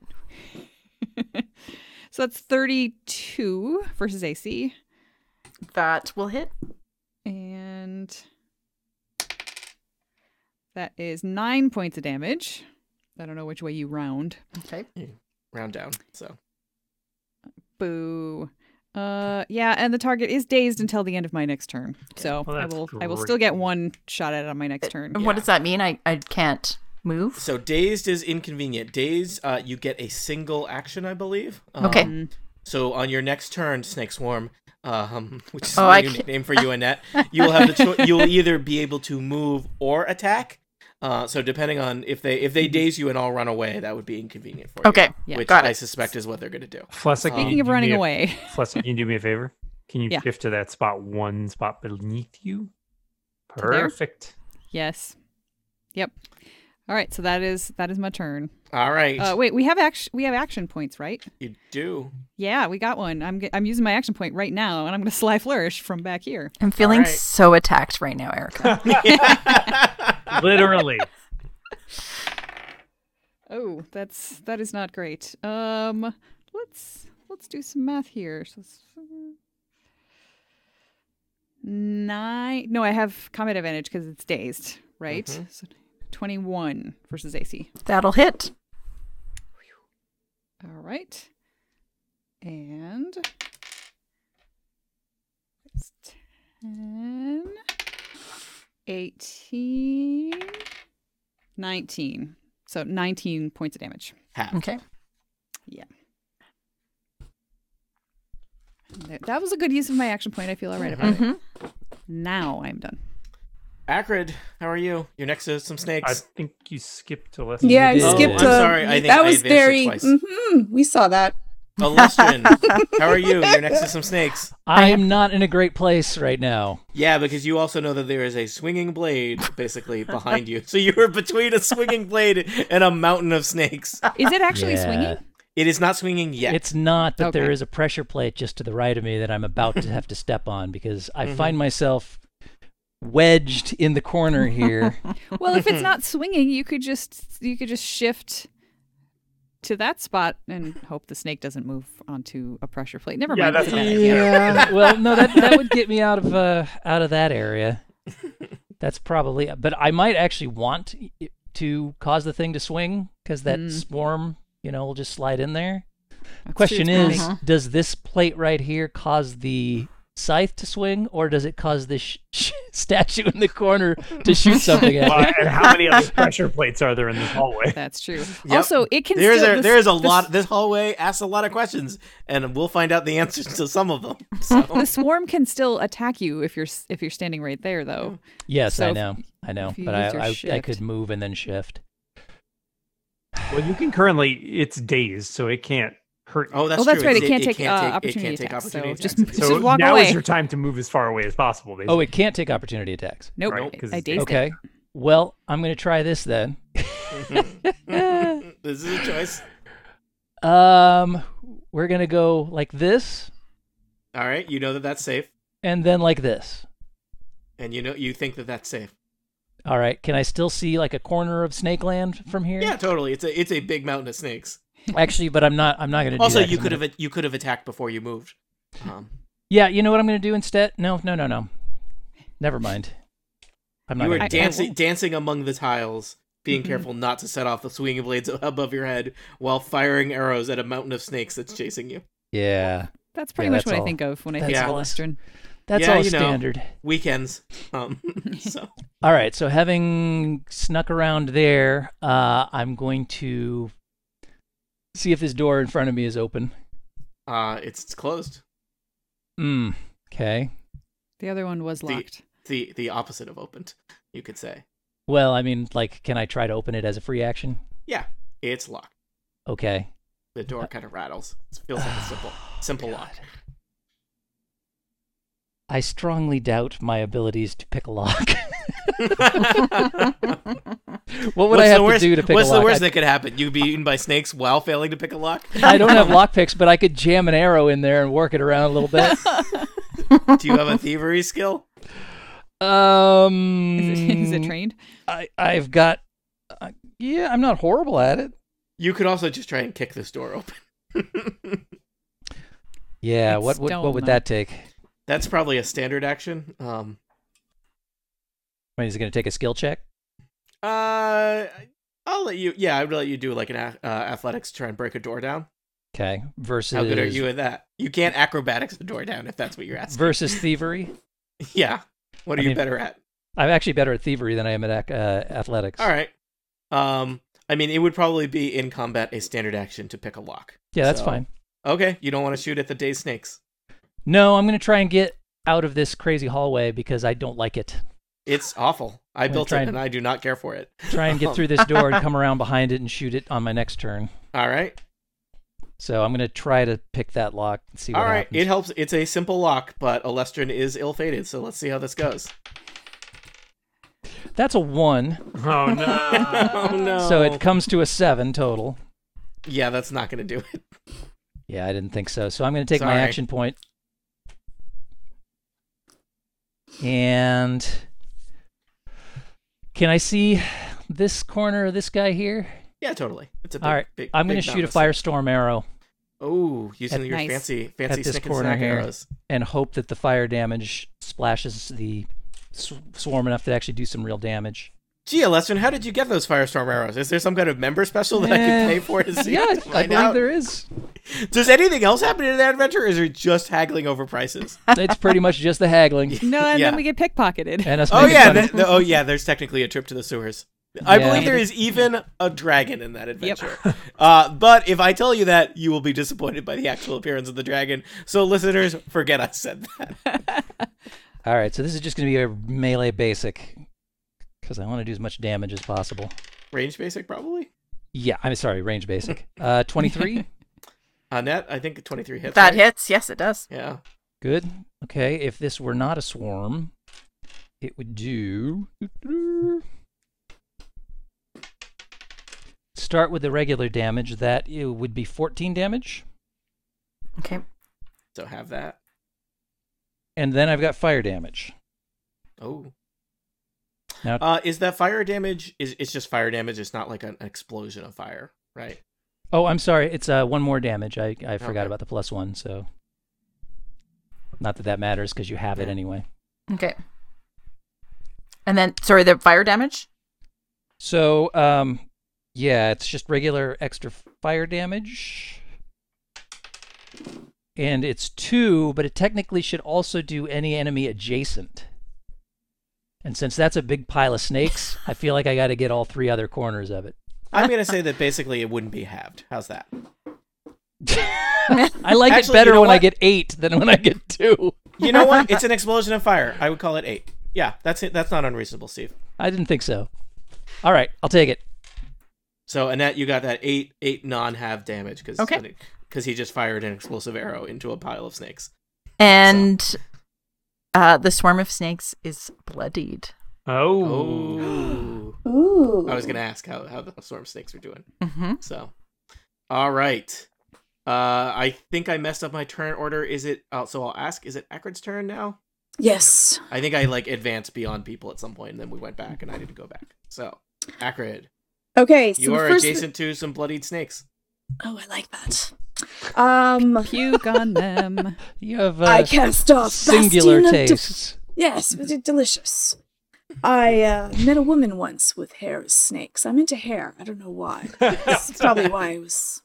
So that's thirty-two versus AC,
That will hit.
and that is nine points of damage. I don't know which way you round.
Okay.
round down. So,
Boo. Uh, yeah, and the target is dazed until the end of my next turn. So
Well,
I
that's
will. I will
great.
still get one shot at it on my next turn.
And Uh, what does that mean? I, I can't move.
so dazed is inconvenient. Dazed, uh, you get a single action, I believe. Um,
Okay.
Mm.
Uh,
So on your next turn, Snake Swarm, um, which is
Oh,
my
I
new
ca-
nickname for you, Annette, you will have the cho- you'll either be able to move or attack. Uh, so depending on if they if they daze you and all run away, that would be inconvenient for you.
Okay.
Yeah.
which
Got
I
it.
suspect is what they're going to do.
Flessic,
Speaking
Speaking of running away,
Flessic, can you do me a favor? Can you
Yeah.
shift to that spot one spot beneath you?
To there?
Perfect.
yes. Yep. All right. So that is that is my turn.
All right,
Uh, wait, we have action. We have action points, right?
you do.
Yeah, we got one. I'm ge- I'm using my action point right now, and I'm going to sly flourish from back here.
I'm feeling
Alright.
so attacked right now, Erica.
Literally.
Oh, that's that is not great. Um, let's let's do some math here. So it's, nine. No, I have combat advantage because it's dazed, right? So twenty-one versus AC.
That'll hit.
All right. And it's 10, 18, 19. So 19 points of damage.
Half.
Okay.
Yeah. Th- That was a good use of my action point. I feel all right about
Mm-hmm.
it.
Mhm.
Now I'm done.
Acrid, how are you? You're next to some
I
snakes.
think you skipped a lesson.
Yeah, I
You did.
skipped
Oh,
a.
I'm sorry, I think I
that was
advanced it
very.
twice.
mhm, we saw that.
Illustrin, how are you? You're next to some snakes.
I am not in a great place right now.
Yeah, because you also know that there is a swinging blade basically behind you. So you were between a swinging blade and a mountain of snakes.
Is it actually
Yeah.
swinging?
It is not swinging yet.
It's not, but there
Okay.
is a pressure plate just to the right of me that I'm about to have to step on because I find myself wedged in the corner here.
Well, if it's not swinging, you could just you could just shift to that spot and hope the snake doesn't move onto a pressure plate. Never
Yeah,
mind.
that's
it's a bad
easy.
idea.
yeah. Well, no, that that would get me out of uh out of that area. That's probably, but I might actually want it to cause the thing to swing because that
Mm.
swarm, you know, will just slide in there.
That's
Question
true.
is, does this plate right here cause the scythe to swing, or does it cause this sh- sh- statue in the corner to shoot something at? me?
Why- and how many other pressure plates are there in this hallway?
that's true.
Yep.
Also, it can.
there is
still,
a
this-
there is a
this-
lot. This hallway asks a lot of questions, and we'll find out the answers to some of them. So
The swarm can still attack you if you're s- if you're standing right there, though.
Yes,
So
I
if-
know, I know,
if you
but
use your
I, I I
shift.
could move and then shift.
Well, you can currently, it's dazed, so it can't hurt you.
Oh, that's
oh, that's
true.
right. It,
It-
can't
it
take,
can't
uh,
take- it
opportunity
can't take
attacks.
opportunity
so just,
attacks.
just
so
walk
now
away.
is your time to move as far away as possible. Basically.
Oh, it can't take opportunity attacks.
nope.
Right,
I-
'cause
I
it's-
dazed
okay.
it.
Well, I'm going to try this then.
Eh.
this is a choice.
Um, we're going to go like this
All right, you know that that's safe,
and then like this.
and you know you think that that's safe.
All right. Can I still see like a corner of Snake Land from here?
Yeah, totally. It's a it's a big mountain of snakes.
Actually, but I'm not. I'm not going to.
Also,
do that 'cause
you
I'm
could
gonna-
have you could have attacked before you moved. Um,
Yeah. You know what I'm going to do instead? No. No. No. No. Never mind. I'm not.
you were
gonna Mm-hmm. do that.
dancing
I-
dancing among the tiles, being careful not to set off the swinging blades above your head while firing arrows at a mountain of snakes that's chasing you.
Yeah.
That's pretty
Yeah,
much
that's
what
all.
I think of when I
That's
think of
all.
Western.
That's
Yeah,
all
you know.
standard.
Weekends. Um, so
All right, so having snuck around there, uh, I'm going to see if this door in front of me is open.
uh, it's, it's closed.
Mm, okay.
The other one was
The-
locked.
The the opposite of opened, you could say.
Well, I mean, like, can I try to open it as a free action?
Yeah, it's locked.
Okay.
The door kind of rattles. It feels like a simple simple lock.
Uh, God. I strongly doubt my abilities to pick a lock. what would I
What's the
have
worst-
to do to pick
What's
a lock?
the worst
I,
that could happen? You'd be eaten by snakes while failing to pick a lock.
I don't have lock picks, but I could jam an arrow in there and work it around a little bit.
Do you have a thievery skill?
Um,
Is it, is it trained?
I I've got uh, yeah, I'm not horrible at it.
You could also just try and kick this door open.
Yeah,
It's
what would what
stone,
would
though.
that take?
That's probably a standard action. Um,
I mean, is it going to take a skill check?
uh, I'll let you. Yeah, I would let you do like an a- uh, athletics to try and break a door down.
Okay, versus
How good are you at that? You can't acrobatics the door down if that's what you're asking.
versus thievery?
yeah. What are
I
you
mean-
better at?
I'm actually better at thievery than I am at ac- uh, athletics.
All right. Um, I mean, it would probably be in combat a standard action to pick a lock.
yeah, that's
So-
fine.
Okay, you don't want to shoot at the day snakes.
No, I'm going to try and get out of this crazy hallway because I don't like it.
It's awful. I
I'm
built it
trying-
and I do not care for it.
Try and get through this door and come around behind it and shoot it on my next turn.
Um, All right.
So I'm going to try to pick that lock and see what
All right.
happens.
It helps. It's a simple lock, but Alestrin is ill fated. So let's see how this goes.
That's a one,
Oh no!
oh, no.
so it comes to a seven total.
Yeah, that's not going to do it.
Yeah, I didn't think so. So I'm going to take my
Sorry.
action point. And can I see this corner of this guy here?
Yeah, totally. It's a big,
All right.
big,
I'm
going to
shoot a firestorm arrow
Oh, using
At-
your
Nice.
fancy, fancy
at this
snick and
corner
snack
here
arrows.
and hope that the fire damage splashes the sw- swarm enough to actually do some real damage.
Gee, Alestrin, how did you get those firestorm arrows? Is there some kind of member special that I
Eh,
can pay for to see?
Yeah,
to
I
find
believe
out?
there is.
Does anything else happen in that adventure, or is it just haggling over prices?
It's pretty much just the haggling
No, and
Yeah.
then we get pickpocketed.
and us.
oh
making
yeah,
fun of-
th- th- oh yeah. There's technically a trip to the sewers. I
Yeah.
believe there is even a dragon in that adventure. Uh, but if I tell you that, you will be disappointed by the actual appearance of the dragon. So listeners, forget I said that.
All right, so this is just going to be a melee basic because I want to do as much damage as possible.
Range basic probably.
Yeah, I'm sorry, range basic. Uh, 23.
On that, Uh, I think 23 hits.
that
right?
hits. Yes, it does.
Yeah.
Good. Okay, if this were not a swarm, it would do. Start with the regular damage. That it would be 14 damage.
Okay.
So have that.
And then I've got fire damage.
Oh.
Now-
uh, is that fire damage? Is it's just fire damage? It's not like an explosion of fire, right?
Oh, I'm sorry. It's uh, one more damage. I, I forgot
Okay.
about the plus one, so. Not that that matters because you have it
Yeah.
anyway.
Okay. And then, sorry, the fire damage.
So, um, yeah, it's just regular extra fire damage. And it's two, but it technically should also do any enemy adjacent. And since that's a big pile of snakes, I feel like I got to get all three other corners of it.
I'm gonna say that basically it wouldn't be halved. How's that?
I like
Actually,
it better
you know
when I
what?
get eight than when I get two.
You know what? It's an explosion of fire. I would call it eight. Yeah, that's it. That's not unreasonable, Steve.
I didn't think so. All right, I'll take it.
So Annette, you got that eight eight non half damage because
Okay.
because he just fired an explosive arrow into a pile of snakes.
And uh, the swarm of snakes is bloodied.
Oh.
Oh,
Ooh.
I was gonna ask how how the swarm snakes were doing.
Mm-hmm.
So, all right. Uh, I think I messed up my turn order. Is it? Oh, so I'll ask. Is it Akrid's turn now?
Yes.
I think I like advanced beyond people at some point, and then we went back, and I didn't go back. So, Akrid,
Okay. So
you
the
are
first
adjacent to some bloodied snakes.
Oh, I like that. Um,
Puke on them.
You have
I
uh,
can't stop.
singular
basking of de-
tastes.
yes, but it's delicious. I uh, met a woman once with hair as snakes. I'm into hair. I don't know why. That's probably why I was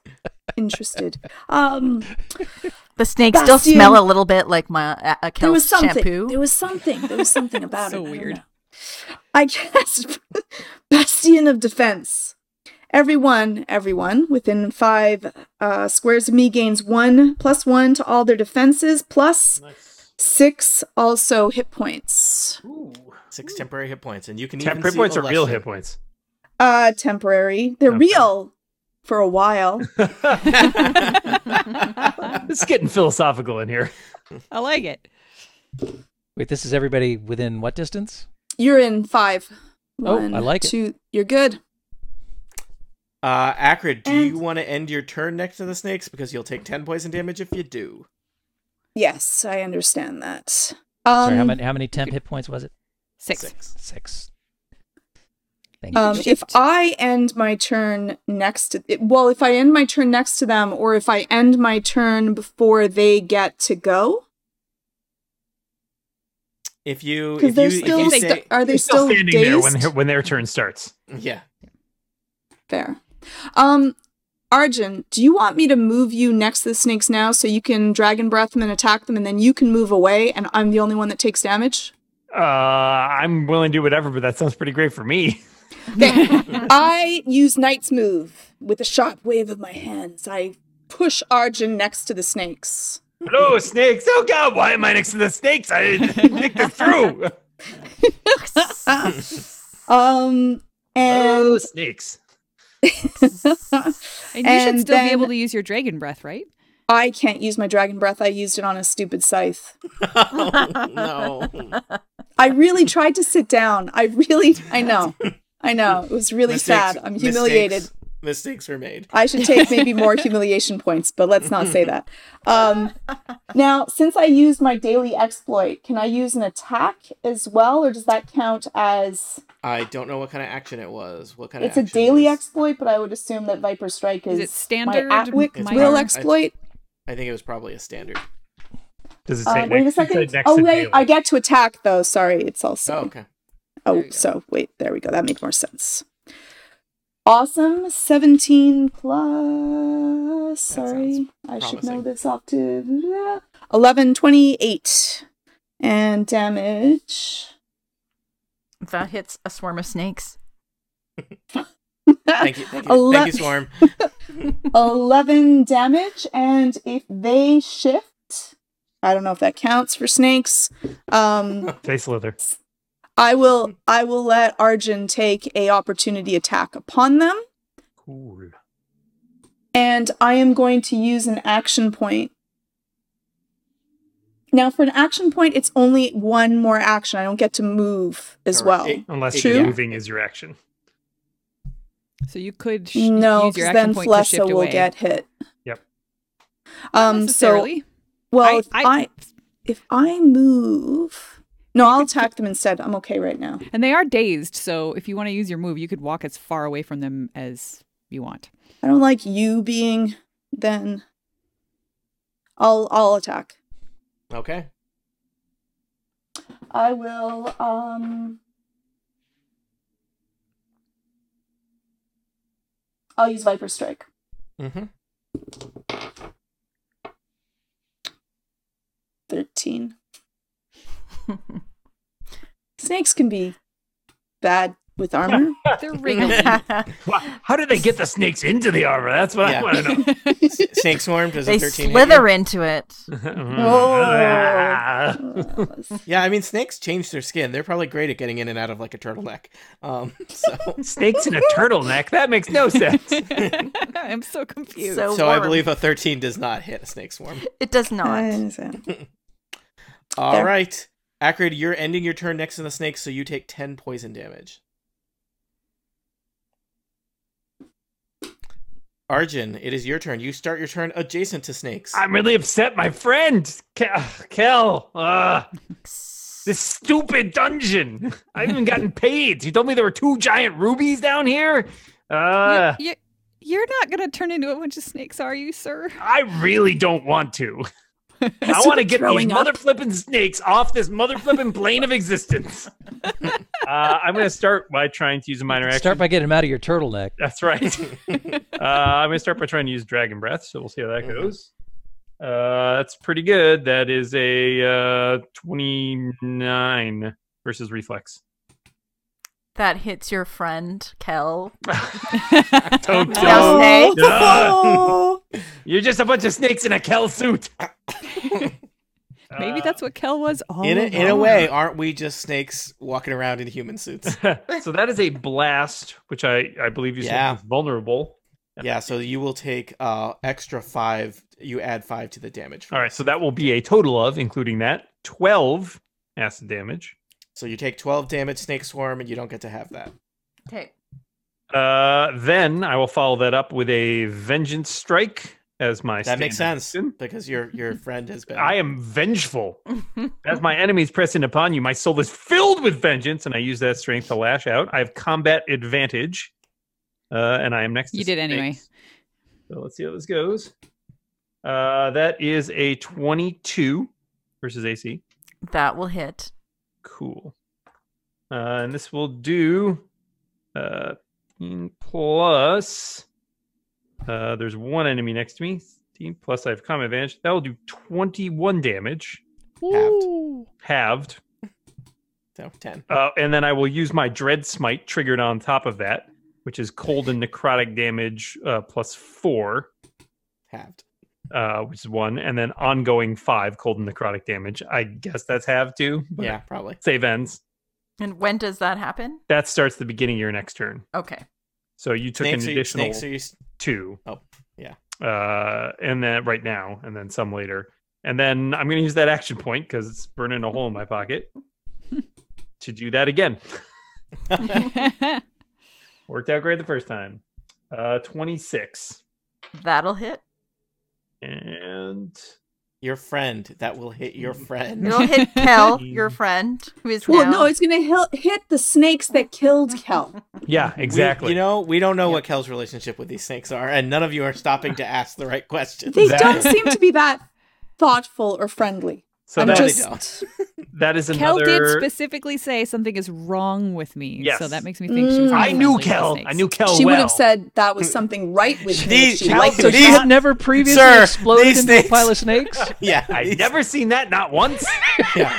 interested. Um,
The snakes still
Bastion.
smell a little bit like my uh, uh,
there was
Kel's
something.
shampoo.
There was something. There was something about
So
it. I don't
weird.
know. I guess bastion of defense. Everyone, everyone within five uh, squares of me gains one plus one to all their defenses, plus six also hit points.
Six temporary hit points, and you can even
Temporary
see
points are real
Olesya.
hit points.
Uh, temporary. They're
Okay.
real for a while.
It's getting philosophical in here.
I like it.
Wait, this is everybody within what distance?
You're in five.
Oh,
One,
I like it.
two, You're good.
Uh, Akrid, do you
And-
want to end your turn next to the snakes because you'll take ten poison damage if you do?
Yes, I understand that.
Sorry, how
Um,
many how many temp hit points was it?
Six.
Six. Thank you.
Um, if I end my turn next to, it- well, if I end my turn next to them, or if I end my turn before they get to go,
If you,
because
if
they're
you,
still,
if you
they-
say,
st- are they
They're
still,
standing
dazed?
there when when their turn starts.
yeah,
Fair. Um, Arjun, do you want me to move you next to the snakes now so you can dragon breath them and attack them, and then you can move away, and I'm the only one that takes damage?
Uh, I'm willing to do whatever, but that sounds pretty great for me.
Okay. I use Knight's move with a sharp wave of my hands. I push Arjun next to the snakes.
Hello, snakes! Oh God, why am I next to the snakes? I didn't think this through.
Oh. Um, and
Oh, snakes!
And you
And
should still be
then-
able to use your dragon breath, right?
I can't use my dragon breath. I used it on a stupid scythe.
oh, no.
I really tried to sit down. I really, I know, I know. It was really sad. I'm humiliated.
Mistakes, mistakes were made.
I should take maybe more humiliation points, but let's not say that. Um, now, since I used my daily exploit, can I use an attack as well, or does that count as
I don't know what kind of action it was. What kind
it's a
of? action
daily
was-
exploit? But I would assume that Viper Strike is,
Is it standard
My Atwick
It's
will
minor.
exploit.
I think it was probably a standard.
Does it say
Uh,
next?
wait a
it said
second.
next
Oh
to
wait,
daily.
I get to attack though. Sorry, it's also
Oh, okay.
There
Oh,
you go.
so wait, there we go. That made more sense. Awesome. 17 plus. Sorry, I should know
promising.
this off to 11, 28. And damage.
that hits a swarm of snakes.
Thank you. Thank you,
Ele-
thank you Swarm.
11 damage. And if they shift, I don't know if that counts for snakes. Um,
Face leather.
I will I will let Arjun take a opportunity attack upon them.
Cool.
and I am going to use an action point. Now, for an action point, it's only one more action. I don't get to move as
Correct.
well.
It-
Unless
True.
you're moving is your action.
So you could sh-
no,
use your
because
action
then
point to shift
Flessa will
away.
get hit.
Yep.
Not
Um. So,
necessarily.
well,
I-
if I,
I-
if I move, no, I'll attack them instead. I'm okay right now.
and they are dazed. So if you want to use your move, you could walk as far away from them as you want.
I don't like you being. Then, I'll I'll attack.
Okay.
I will um I'll use Viper Strike.
Mm-hmm.
13. Snakes can be bad. with armor.
They're wriggling.
How did they get the snakes into the armor? That's what
Yeah.
I want to know.
Snake swarm does a
they
thirteen. hit
slither into it.
Mm.
Oh.
you? Yeah, I mean snakes change their skin. They're probably great at getting in and out of like a turtleneck. Um, so
snakes in a turtleneck. That makes no sense.
I'm so confused.
So,
so I
warm.
believe a thirteen does not hit a snake swarm.
it does not.
Uh, so-
All
Fair.
right, Acrid, you're ending your turn next to the snake, so you take ten poison damage. Arjun, it is your turn. You start your turn adjacent to snakes.
I'm really upset, my friend. Kel, Kel uh, this stupid dungeon. I haven't even gotten paid. You told me there were two giant rubies down here. Uh,
you, are not going to turn into a bunch of snakes, are you, sir?
I really don't want to. I
Has
want to
he been
get these
throwing up?
mother flipping snakes off this mother flipping plane of existence. uh, I'm going to start by trying to use a minor action.
Start by getting him out of your turtleneck.
That's right. uh, I'm going to start by trying to use Dragon Breath, so we'll see how that
Mhm.
goes. Uh, that's pretty good. That is a uh, 29 versus Reflex.
That hits your friend Kel.
Don't
Now
tell.
snake.
Oh.
You're just a bunch of snakes in a Kel suit. Uh,
Maybe that's what Kel was all
in a, in a
along.
way, aren't we just snakes walking around in human suits?
so that is a blast, which I, I believe you
Yeah.
said was vulnerable.
yeah. So you will take uh extra five. You add five to the damage. for
All right,
this.
so that will be a total of, including that, 12 acid damage.
So you take twelve damage, snake swarm, and you don't get to have that.
Okay.
Uh, then I will follow that up with a vengeance strike as my.
that makes
standard
sense
action.
because your your friend has been.
I am vengeful. As my enemies press in upon you, my soul is filled with vengeance, and I use that strength to lash out. I have combat advantage, uh, and I am next. to
You did anyway.
snakes. So let's see how this goes. Uh, that is a twenty-two versus AC.
That will hit.
Cool. Uh, and this will do uh, mm, plus. Uh, there's one enemy next to me. 16 Plus, I have combat advantage. That will do 21 damage,
halved.
halved.
So ten.
Uh, and then I will use my Dread Smite triggered on top of that, which is cold and necrotic damage uh, plus four,
Halved.
uh, which is one, and then ongoing five cold and necrotic damage. I guess that's halved too. but
Yeah, probably.
Save ends.
And when does that happen?
That starts the beginning of your next turn.
Okay.
So you took
Snakes
an
are, you-
additional
snakes are you s-
two.
Oh, yeah.
Uh, and then right now, and then some later, and then I'm gonna use that action point because it's burning a hole in my pocket to do that again. Worked out great the first time. Uh, 26
That'll hit.
and
your friend that will hit your friend.
It'll hit Kel, your friend, who is
Well,
now.
no, it's gonna hel- hit the snakes that killed Kel.
yeah, exactly.
We- you know, we don't know what Kel's relationship with these snakes are, and none of you are stopping to ask the right questions.
They
That-
don't seem to be that thoughtful or friendly.
so
I'm
that,
just-
just
that is
Kel
another.
did specifically say something is wrong with me.
Yes.
So that makes me think she was.
Mm.
I
being
knew
friendly with
Kel.
snakes.
I knew Kel.
she
Oh, well.
would have said that was something right with me. if
These-
She liked
So
So
she
these-
had never previously
Sir,
exploded
these
into a
snakes-
pile of snakes?
Yeah,
I
these-
never seen that, not once.
Yeah.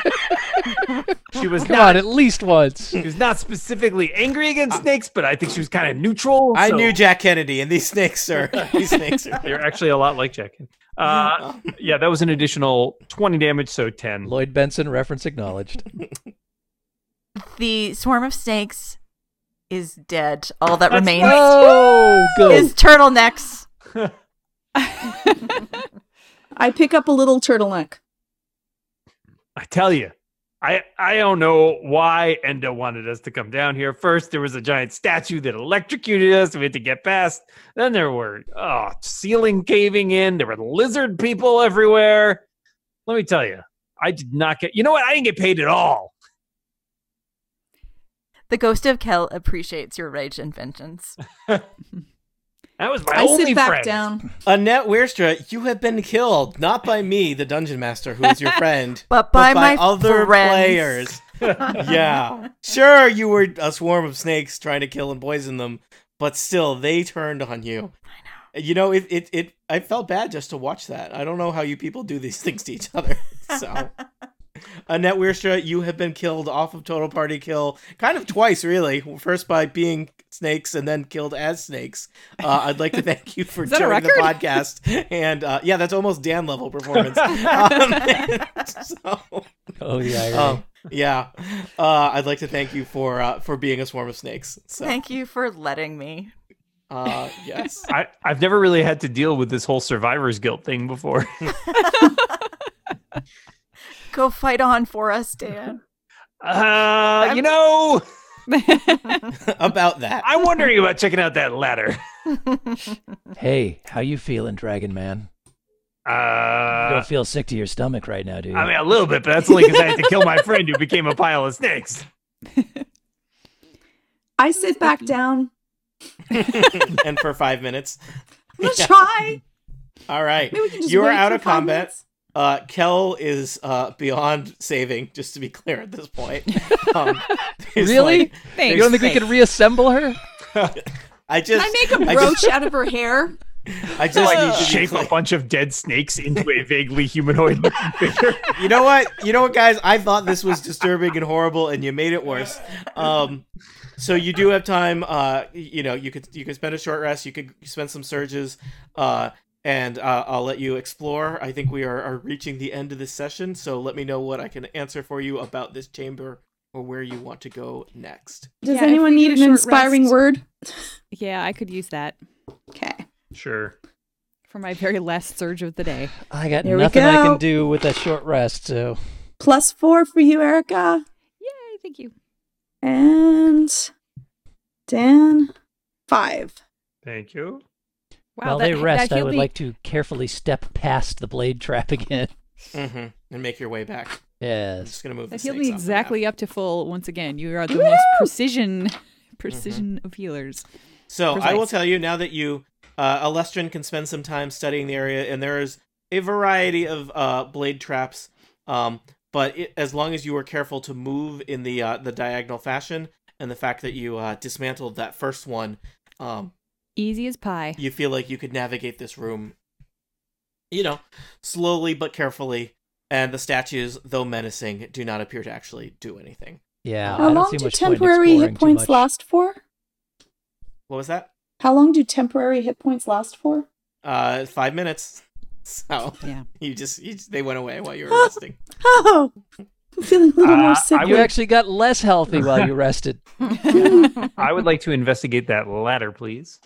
She was
Come
not.
on, at least once.
She was not specifically angry against snakes, but I think she was kind of neutral.
Uh, I
so-
knew Jack Kennedy, and these snakes are these snakes
They're
are.
actually a lot like Jack. Uh, yeah, that was an additional 20 damage, so 10.
Lloyd Benson reference acknowledged.
the swarm of snakes is dead. All that
That's
remains
Oh, good.
is turtlenecks.
I pick up a little turtleneck.
I tell you, I I don't know why Endo wanted us to come down here. First, there was a giant statue that electrocuted us. We had to get past. Then there were oh, ceiling caving in. There were lizard people everywhere. Let me tell you, I did not get. You know what? I didn't get paid at all.
The ghost of Kel appreciates your rage and vengeance.
That was my
I
only
sit back
friend.
down.
Annette Weirstra, you have been killed not by me, the dungeon master, who is your friend,
But by my
other
friends.
players. yeah, sure, you were a swarm of snakes trying to kill and poison them, but still, they turned on you. I know. You know, it, it, it. I felt bad just to watch that. I don't know how you people do these things to each other. So Annette Weirstra, you have been killed off of Total Party Kill kind of twice, really. First by being snakes and then killed as snakes. Uh, I'd like to thank you for
Is that a
joining the
record?
podcast. And uh, yeah, that's almost Dan level performance. um, so.
Oh yeah.
Um, yeah, uh, I'd like to thank you for uh, for being a swarm of snakes. So,
Thank you for letting me.
uh, yes,
I, I've never really had to deal with this whole survivor's guilt thing before.
Go fight on for us, Dan.
Uh, you know,
about that.
I'm wondering about checking out that ladder.
hey, how you feeling, Dragon Man? You
Uh,
don't feel sick to your stomach right now, do you?
I mean, a little bit, but that's only because I had to kill my friend who became a pile of snakes.
I sit back down.
and for five minutes.
I'm gonna try.
All right,
Maybe we can just
you are
wait
out
for
of
five
combat.
minutes.
Uh, Kel is uh, beyond saving, just to be clear at this point. Um, he's
Really?
like-
Thanks.
you don't think we could reassemble her?
I
Can
just,
I make a
I
brooch
just,
out of her hair?
I just need to be
Shape
clear.
a bunch of dead snakes into a vaguely humanoid looking figure.
You know what? You know what, guys? I thought this was disturbing and horrible, and you made it worse. Um, so you do have time. Uh, you know, you could you could spend a short rest. You could spend some surges. Uh, and uh, I'll let you explore. I think we are, are reaching the end of this session. So let me know what I can answer for you about this chamber or where you want to go next.
Does
Yeah, if
anyone
we
need
get
an
a short
inspiring
rest.
word?
yeah, I could use that
Okay.
Sure.
for my very last surge of the day.
I got
Here we
nothing I
go.
can do with a short rest, so
Plus four for you, Erica.
Yay! Thank you.
And Dan, five.
Thank you.
Wow,
while
that,
they rest,
that
I
healed
would
me-
like to carefully step past the blade trap again.
Mm-hmm. And make your way back. I'm just
Yes.
gonna move.
that
That
healed me exactly up to full once again. You are the most precision, precision
Mm-hmm.
of healers.
So I will
Precise.
tell you now that you, uh, Alestrin can spend some time studying the area, and there is a variety of uh, blade traps. Um, but it, as long as you are careful to move in the uh, the diagonal fashion, and the fact that you uh, dismantled that first one, um,
Easy as pie.
you feel like you could navigate this room, you know, slowly but carefully. And the statues, though menacing, do not appear to actually do anything.
Yeah. I
How
don't
long
see
do
much point in
temporary
exploring
hit
too
points
much.
last for?
What was that?
How long do temporary hit points last for?
Uh, five minutes. So
Yeah.
you just, you just they went away while you were resting.
Oh, I'm feeling a little
Uh,
more sick.
I
You
would-
actually got less healthy while you rested.
I would like to investigate that ladder, please.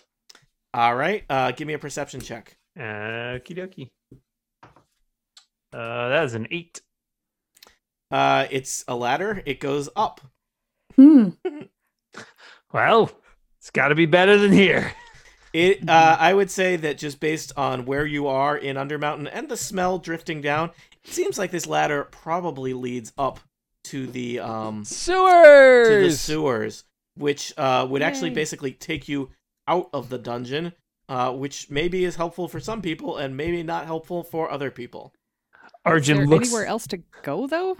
All right. Uh, give me a perception check.
Okie dokie. Uh, that is an eight.
Uh, it's a ladder. It goes up.
Hmm.
Well, it's got to be better than here.
It. Uh, I would say that just based on where you are in Undermountain and the smell drifting down, it seems like this ladder probably leads up to the um to the
Sewers.
sewers, which uh, would actually
Yay.
basically take you out of the dungeon, uh, which maybe is helpful for some people and maybe not helpful for other people.
Is there
Arjun looks.
anywhere else to go though?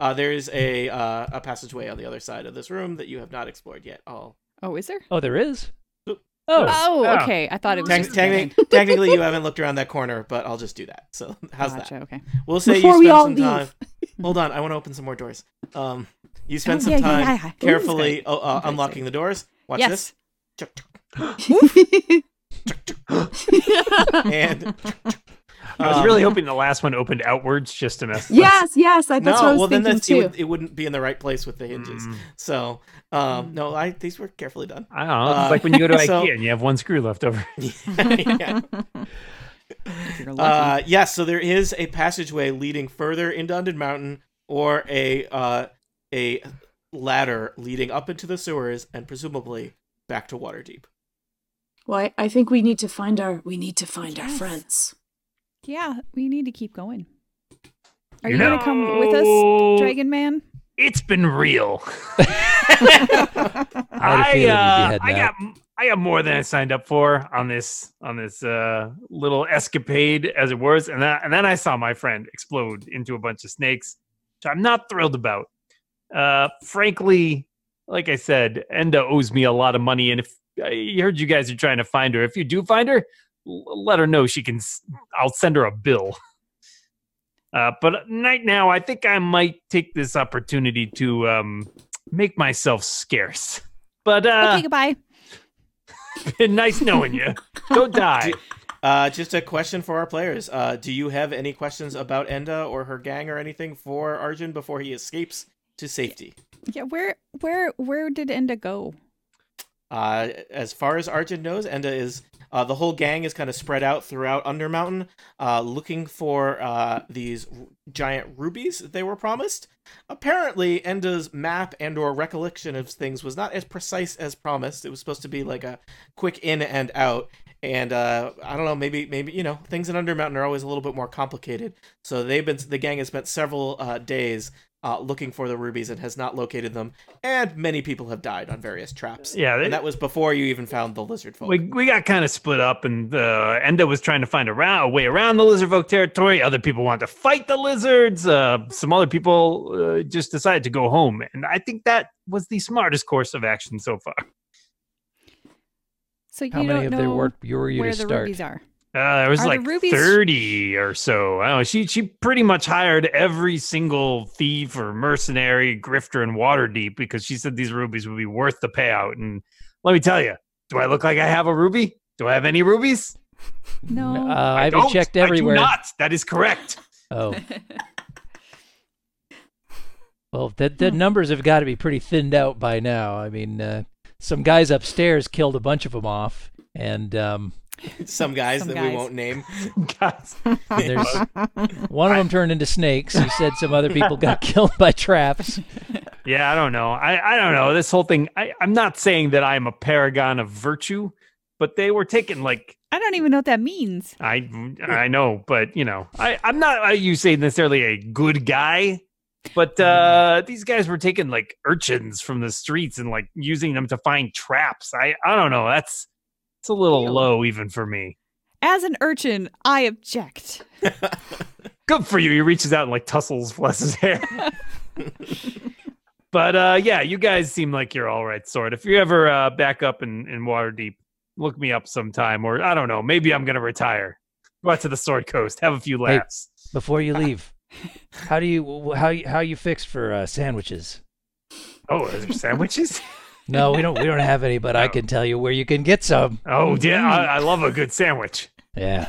Uh, there is a uh, a passageway on the other side of this room that you have not explored yet. I'll
Oh, is there?
Oh, there is.
Oop.
Oh,
Oh,
Yeah.
okay. I thought it was
Tec-
just the
techni-
end.
technically, you haven't looked around that corner, but I'll just do that. So how's
gotcha,
that?
Okay.
We'll say
Before
you
we
spend
all
some
leave.
time. Hold on, I want to open some more doors. Um, you spend
Oh,
some
yeah, yeah,
time
yeah, yeah. Ooh,
carefully
that's
uh, uh,
I'm very
unlocking
excited.
the doors. Watch
yes.
this, Chuck, chuck, and
I was
um,
really hoping the last one opened outwards just to mess. with us.
yes, yes. I, that's
no.
what I was
well, then
thinking
that's, it,
too.
would, it wouldn't be in the right place with the hinges.
Mm.
So
Mm.
um, no, I these were carefully done.
I don't know.
Uh,
it's like when you go to IKEA
so-
and you have one screw left over.
Yeah.
If you're
Uh,
lucky.
yes, so there is a passageway leading further into Undead Mountain, or a uh, a ladder leading up into the sewers and presumably back to Waterdeep.
Well, I, I think we need to find our we need to find our
Yes.
friends.
yeah, we need to keep going. Are
You
you gonna come with us,
know,
Dragon Man?
It's been real.
I had a feeling
I,
you'd be
uh,
heading
I
out.
got I got more than I signed up for on this on this uh, little escapade, as it was, and that, and then I saw my friend explode into a bunch of snakes, which I'm not thrilled about. Uh, frankly, like I said, Enda owes me a lot of money, and if I heard you guys are trying to find her, if you do find her, l- let her know she can. s- I'll send her a bill. Uh, but right now, I think I might take this opportunity to um, make myself scarce. But uh,
okay, goodbye.
nice knowing you. Go die.
Uh, just a question for our players. Uh, do you have any questions about Enda or her gang or anything for Arjun before he escapes to safety?
Yeah, where where where did Enda go?
Uh, as far as Arjun knows, Enda is uh, the whole gang is kind of spread out throughout Undermountain, uh, looking for uh, these r- giant rubies that they were promised. Apparently, Enda's map and/or recollection of things was not as precise as promised. It was supposed to be like a quick in and out, and uh, I don't know, maybe maybe you know things in Undermountain are always a little bit more complicated. So they've been the gang has spent several uh, days. Uh, looking for the rubies and has not located them, and many people have died on various traps.
Yeah, they-
and that was before you even found the lizard folk.
We, we got kind of split up, and uh, Enda was trying to find a, ra- a way around the lizard folk territory. Other people wanted to fight the lizards. Uh, some other people uh, just decided to go home, and I think that was the smartest course of action so far.
So you
How
don't
many of
know
their work were you
where
to
the
start?
rubies are.
Uh, there was
Are the
like
rubies-
thirty or so. I don't know. She she pretty much hired every single thief or mercenary, grifter, and Waterdeep because she said these rubies would be worth the payout. And let me tell you, do I look like I have a ruby? Do I have any rubies?
No.
Uh, I have
don't.
checked
I do
everywhere.
not. That is correct.
Oh. Well, the, the numbers have got to be pretty thinned out by now. I mean, uh, some guys upstairs killed a bunch of them off, and um,
some guys
Some
that
guys.
we won't name.
Guys,
there's one of them turned into snakes. You said some other people got killed by traps.
yeah, I don't know. I, I don't know. This whole thing, I, I'm not saying that I'm a paragon of virtue, but they were taking like,
I don't even know what that means.
I I know, but you know, I, I'm not, I, you say necessarily a good guy, but uh, these guys were taking like urchins from the streets and like using them to find traps. I, I don't know. That's, it's a little
Ew.
low even for me.
As an urchin, I object.
good for you. He reaches out and like tussles Bless's hair. but uh, yeah, you guys seem like you're all right sort. If you're ever uh, back up in, in Waterdeep, look me up sometime, or I don't know, maybe I'm gonna retire. Go out to the Sword Coast, have a few laughs.
Before you leave, how do you how you- how you fix for uh, sandwiches?
Oh, is there sandwiches?
No, we don't we don't have any, but I can tell you where you can get some.
Oh, yeah, I, I love a good sandwich.
Yeah,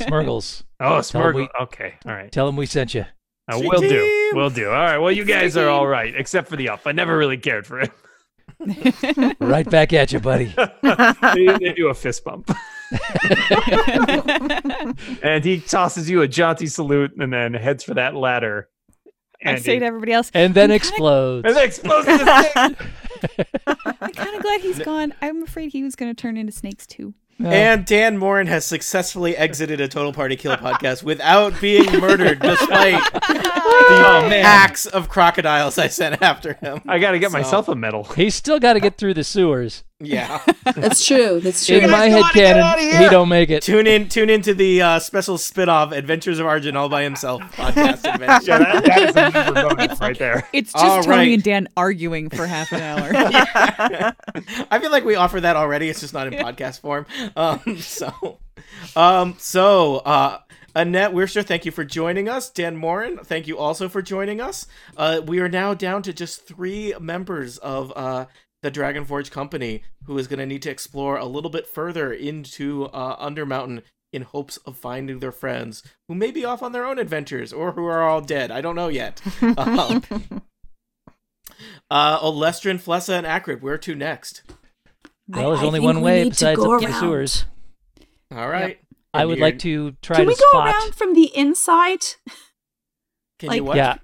Smurgles.
Oh,
Tell
Smurgle.
'em we-
Okay, all right.
Tell them we sent you.
I
Sweet
will do.
team.
Will do. All right. Well, you guys are all right, except for the up. I never really cared for it.
Right back at you, buddy.
they, they do a fist bump. and he tosses you a jaunty salute and then heads for that ladder.
I
And,
say to
he-
everybody else,
And then
I'm kinda-
explodes.
and then explodes in his face.
I'm kind of glad he's gone. I'm afraid he was going to turn into snakes too.
No.
And Dan Morin has successfully exited a Total Party Kill podcast without being murdered, despite the
Oh,
acts of crocodiles I sent after him.
I got to get
So-
myself a medal.
He's still got to get through the sewers.
Yeah.
That's true. That's true.
In my head cannon, he don't make it.
tune in. Tune into the uh, special spin-off Adventures of Arjun all by himself podcast adventure.
Yeah, that, that is a member bonus right there.
It's just
All
Tony
right.
and Dan arguing for half an hour.
I feel like we offer that already. It's just not in podcast form. Um, so, um, so uh, Annette Weirster, thank you for joining us. Dan Morin, thank you also for joining us. Uh, we are now down to just three members of uh, the Dragon Forge Company who is going to need to explore a little bit further into uh, Undermountain in hopes of finding their friends who may be off on their own adventures or who are all dead. I don't know yet. um, uh, Olestrin, Flessa, and Akrib, where to next?
Well, there's
I
only
think
one
we
way
need to
besides
go
up to the
around.
sewers.
All right.
I
And
would
you're-
like to try
Can
to
we go
spot.
around from the inside?
Can
like-
you what?
Yeah,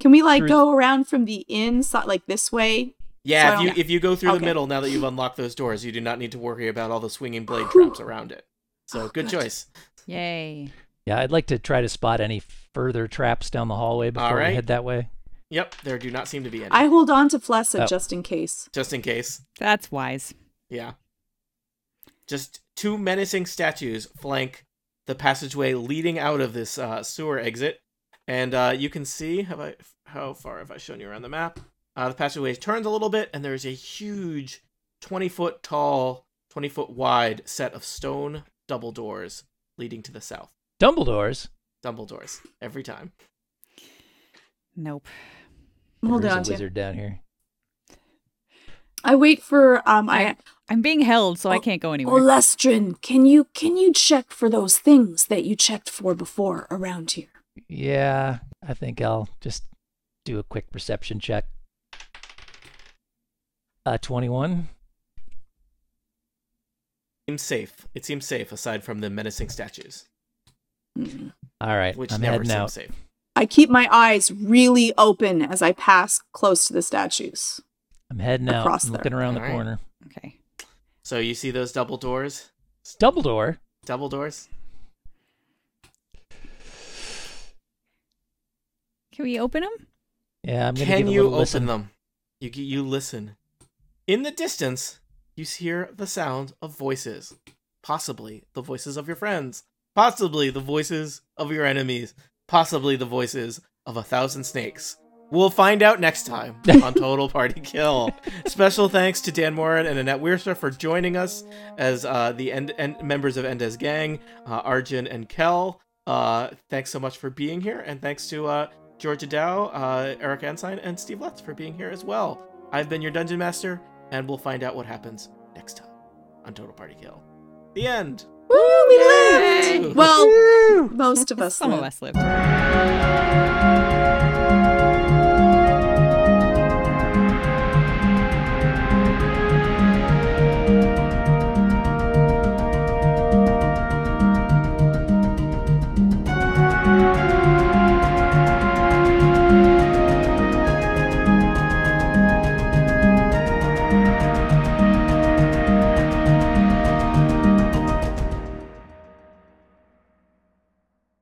Can we like
Through-
go around from the inside, like this way?
Yeah, if
So-
you if you go through
Okay.
the middle now that you've unlocked those doors, you do not need to worry about all the swinging blade
Whew. Oh,
traps around it. So good choice.
Yay.
yeah. I'd like to try to spot any further traps down the hallway before
right.
we head that way.
Yep, there do not seem to be any.
I hold on to Flessa
Oh.
just in case.
Just in case.
That's wise.
Yeah. Just two menacing statues flank the passageway leading out of this uh, sewer exit, and uh, you can see have I how far have I shown you around the map? Uh, the passageway turns a little bit, and there is a huge, twenty foot tall, twenty foot wide set of stone double doors leading to the south.
Dumbledore's.
Dumbledore's every time.
Nope.
Hold
There's
on
a
to.
wizard down here.
I wait for um I
I'm being held, so I
Oh,
can't go anywhere.
Olestrin, can you can you check for those things that you checked for before around here?
Yeah, I think I'll just do a quick perception check. Uh, 21.
Seems safe. It seems safe aside from the menacing statues,
Hmm.
All right,
which
I'm
never
heading
seem
out.
safe.
I keep my eyes really open as I pass close to the statues.
I'm heading out.
across
I'm
there.
looking around the
All right.
corner.
Okay.
So you see those double doors?
Dumbledore.
Double doors?
Can we open them?
Yeah, I'm gonna
Can
give a
you
little
open
listen.
them? You g- you listen. In the distance, you s- hear the sound of voices. Possibly the voices of your friends. Possibly the voices of your enemies. Possibly the voices of a thousand snakes. We'll find out next time on Total Party Kill. Special thanks to Dan Morin and Annette Weirster for joining us as uh, the end, end members of Endez Gang, uh, Arjun and Kel. Uh, thanks so much for being here, and thanks to uh, Georgia Dow, uh, Eric Ensign, and Steve Lutz for being here as well. I've been your dungeon master, and we'll find out what happens next time on Total Party Kill. The end.
Woo, we lived! Well, most of us
Some of us
lived.
live.
Woo!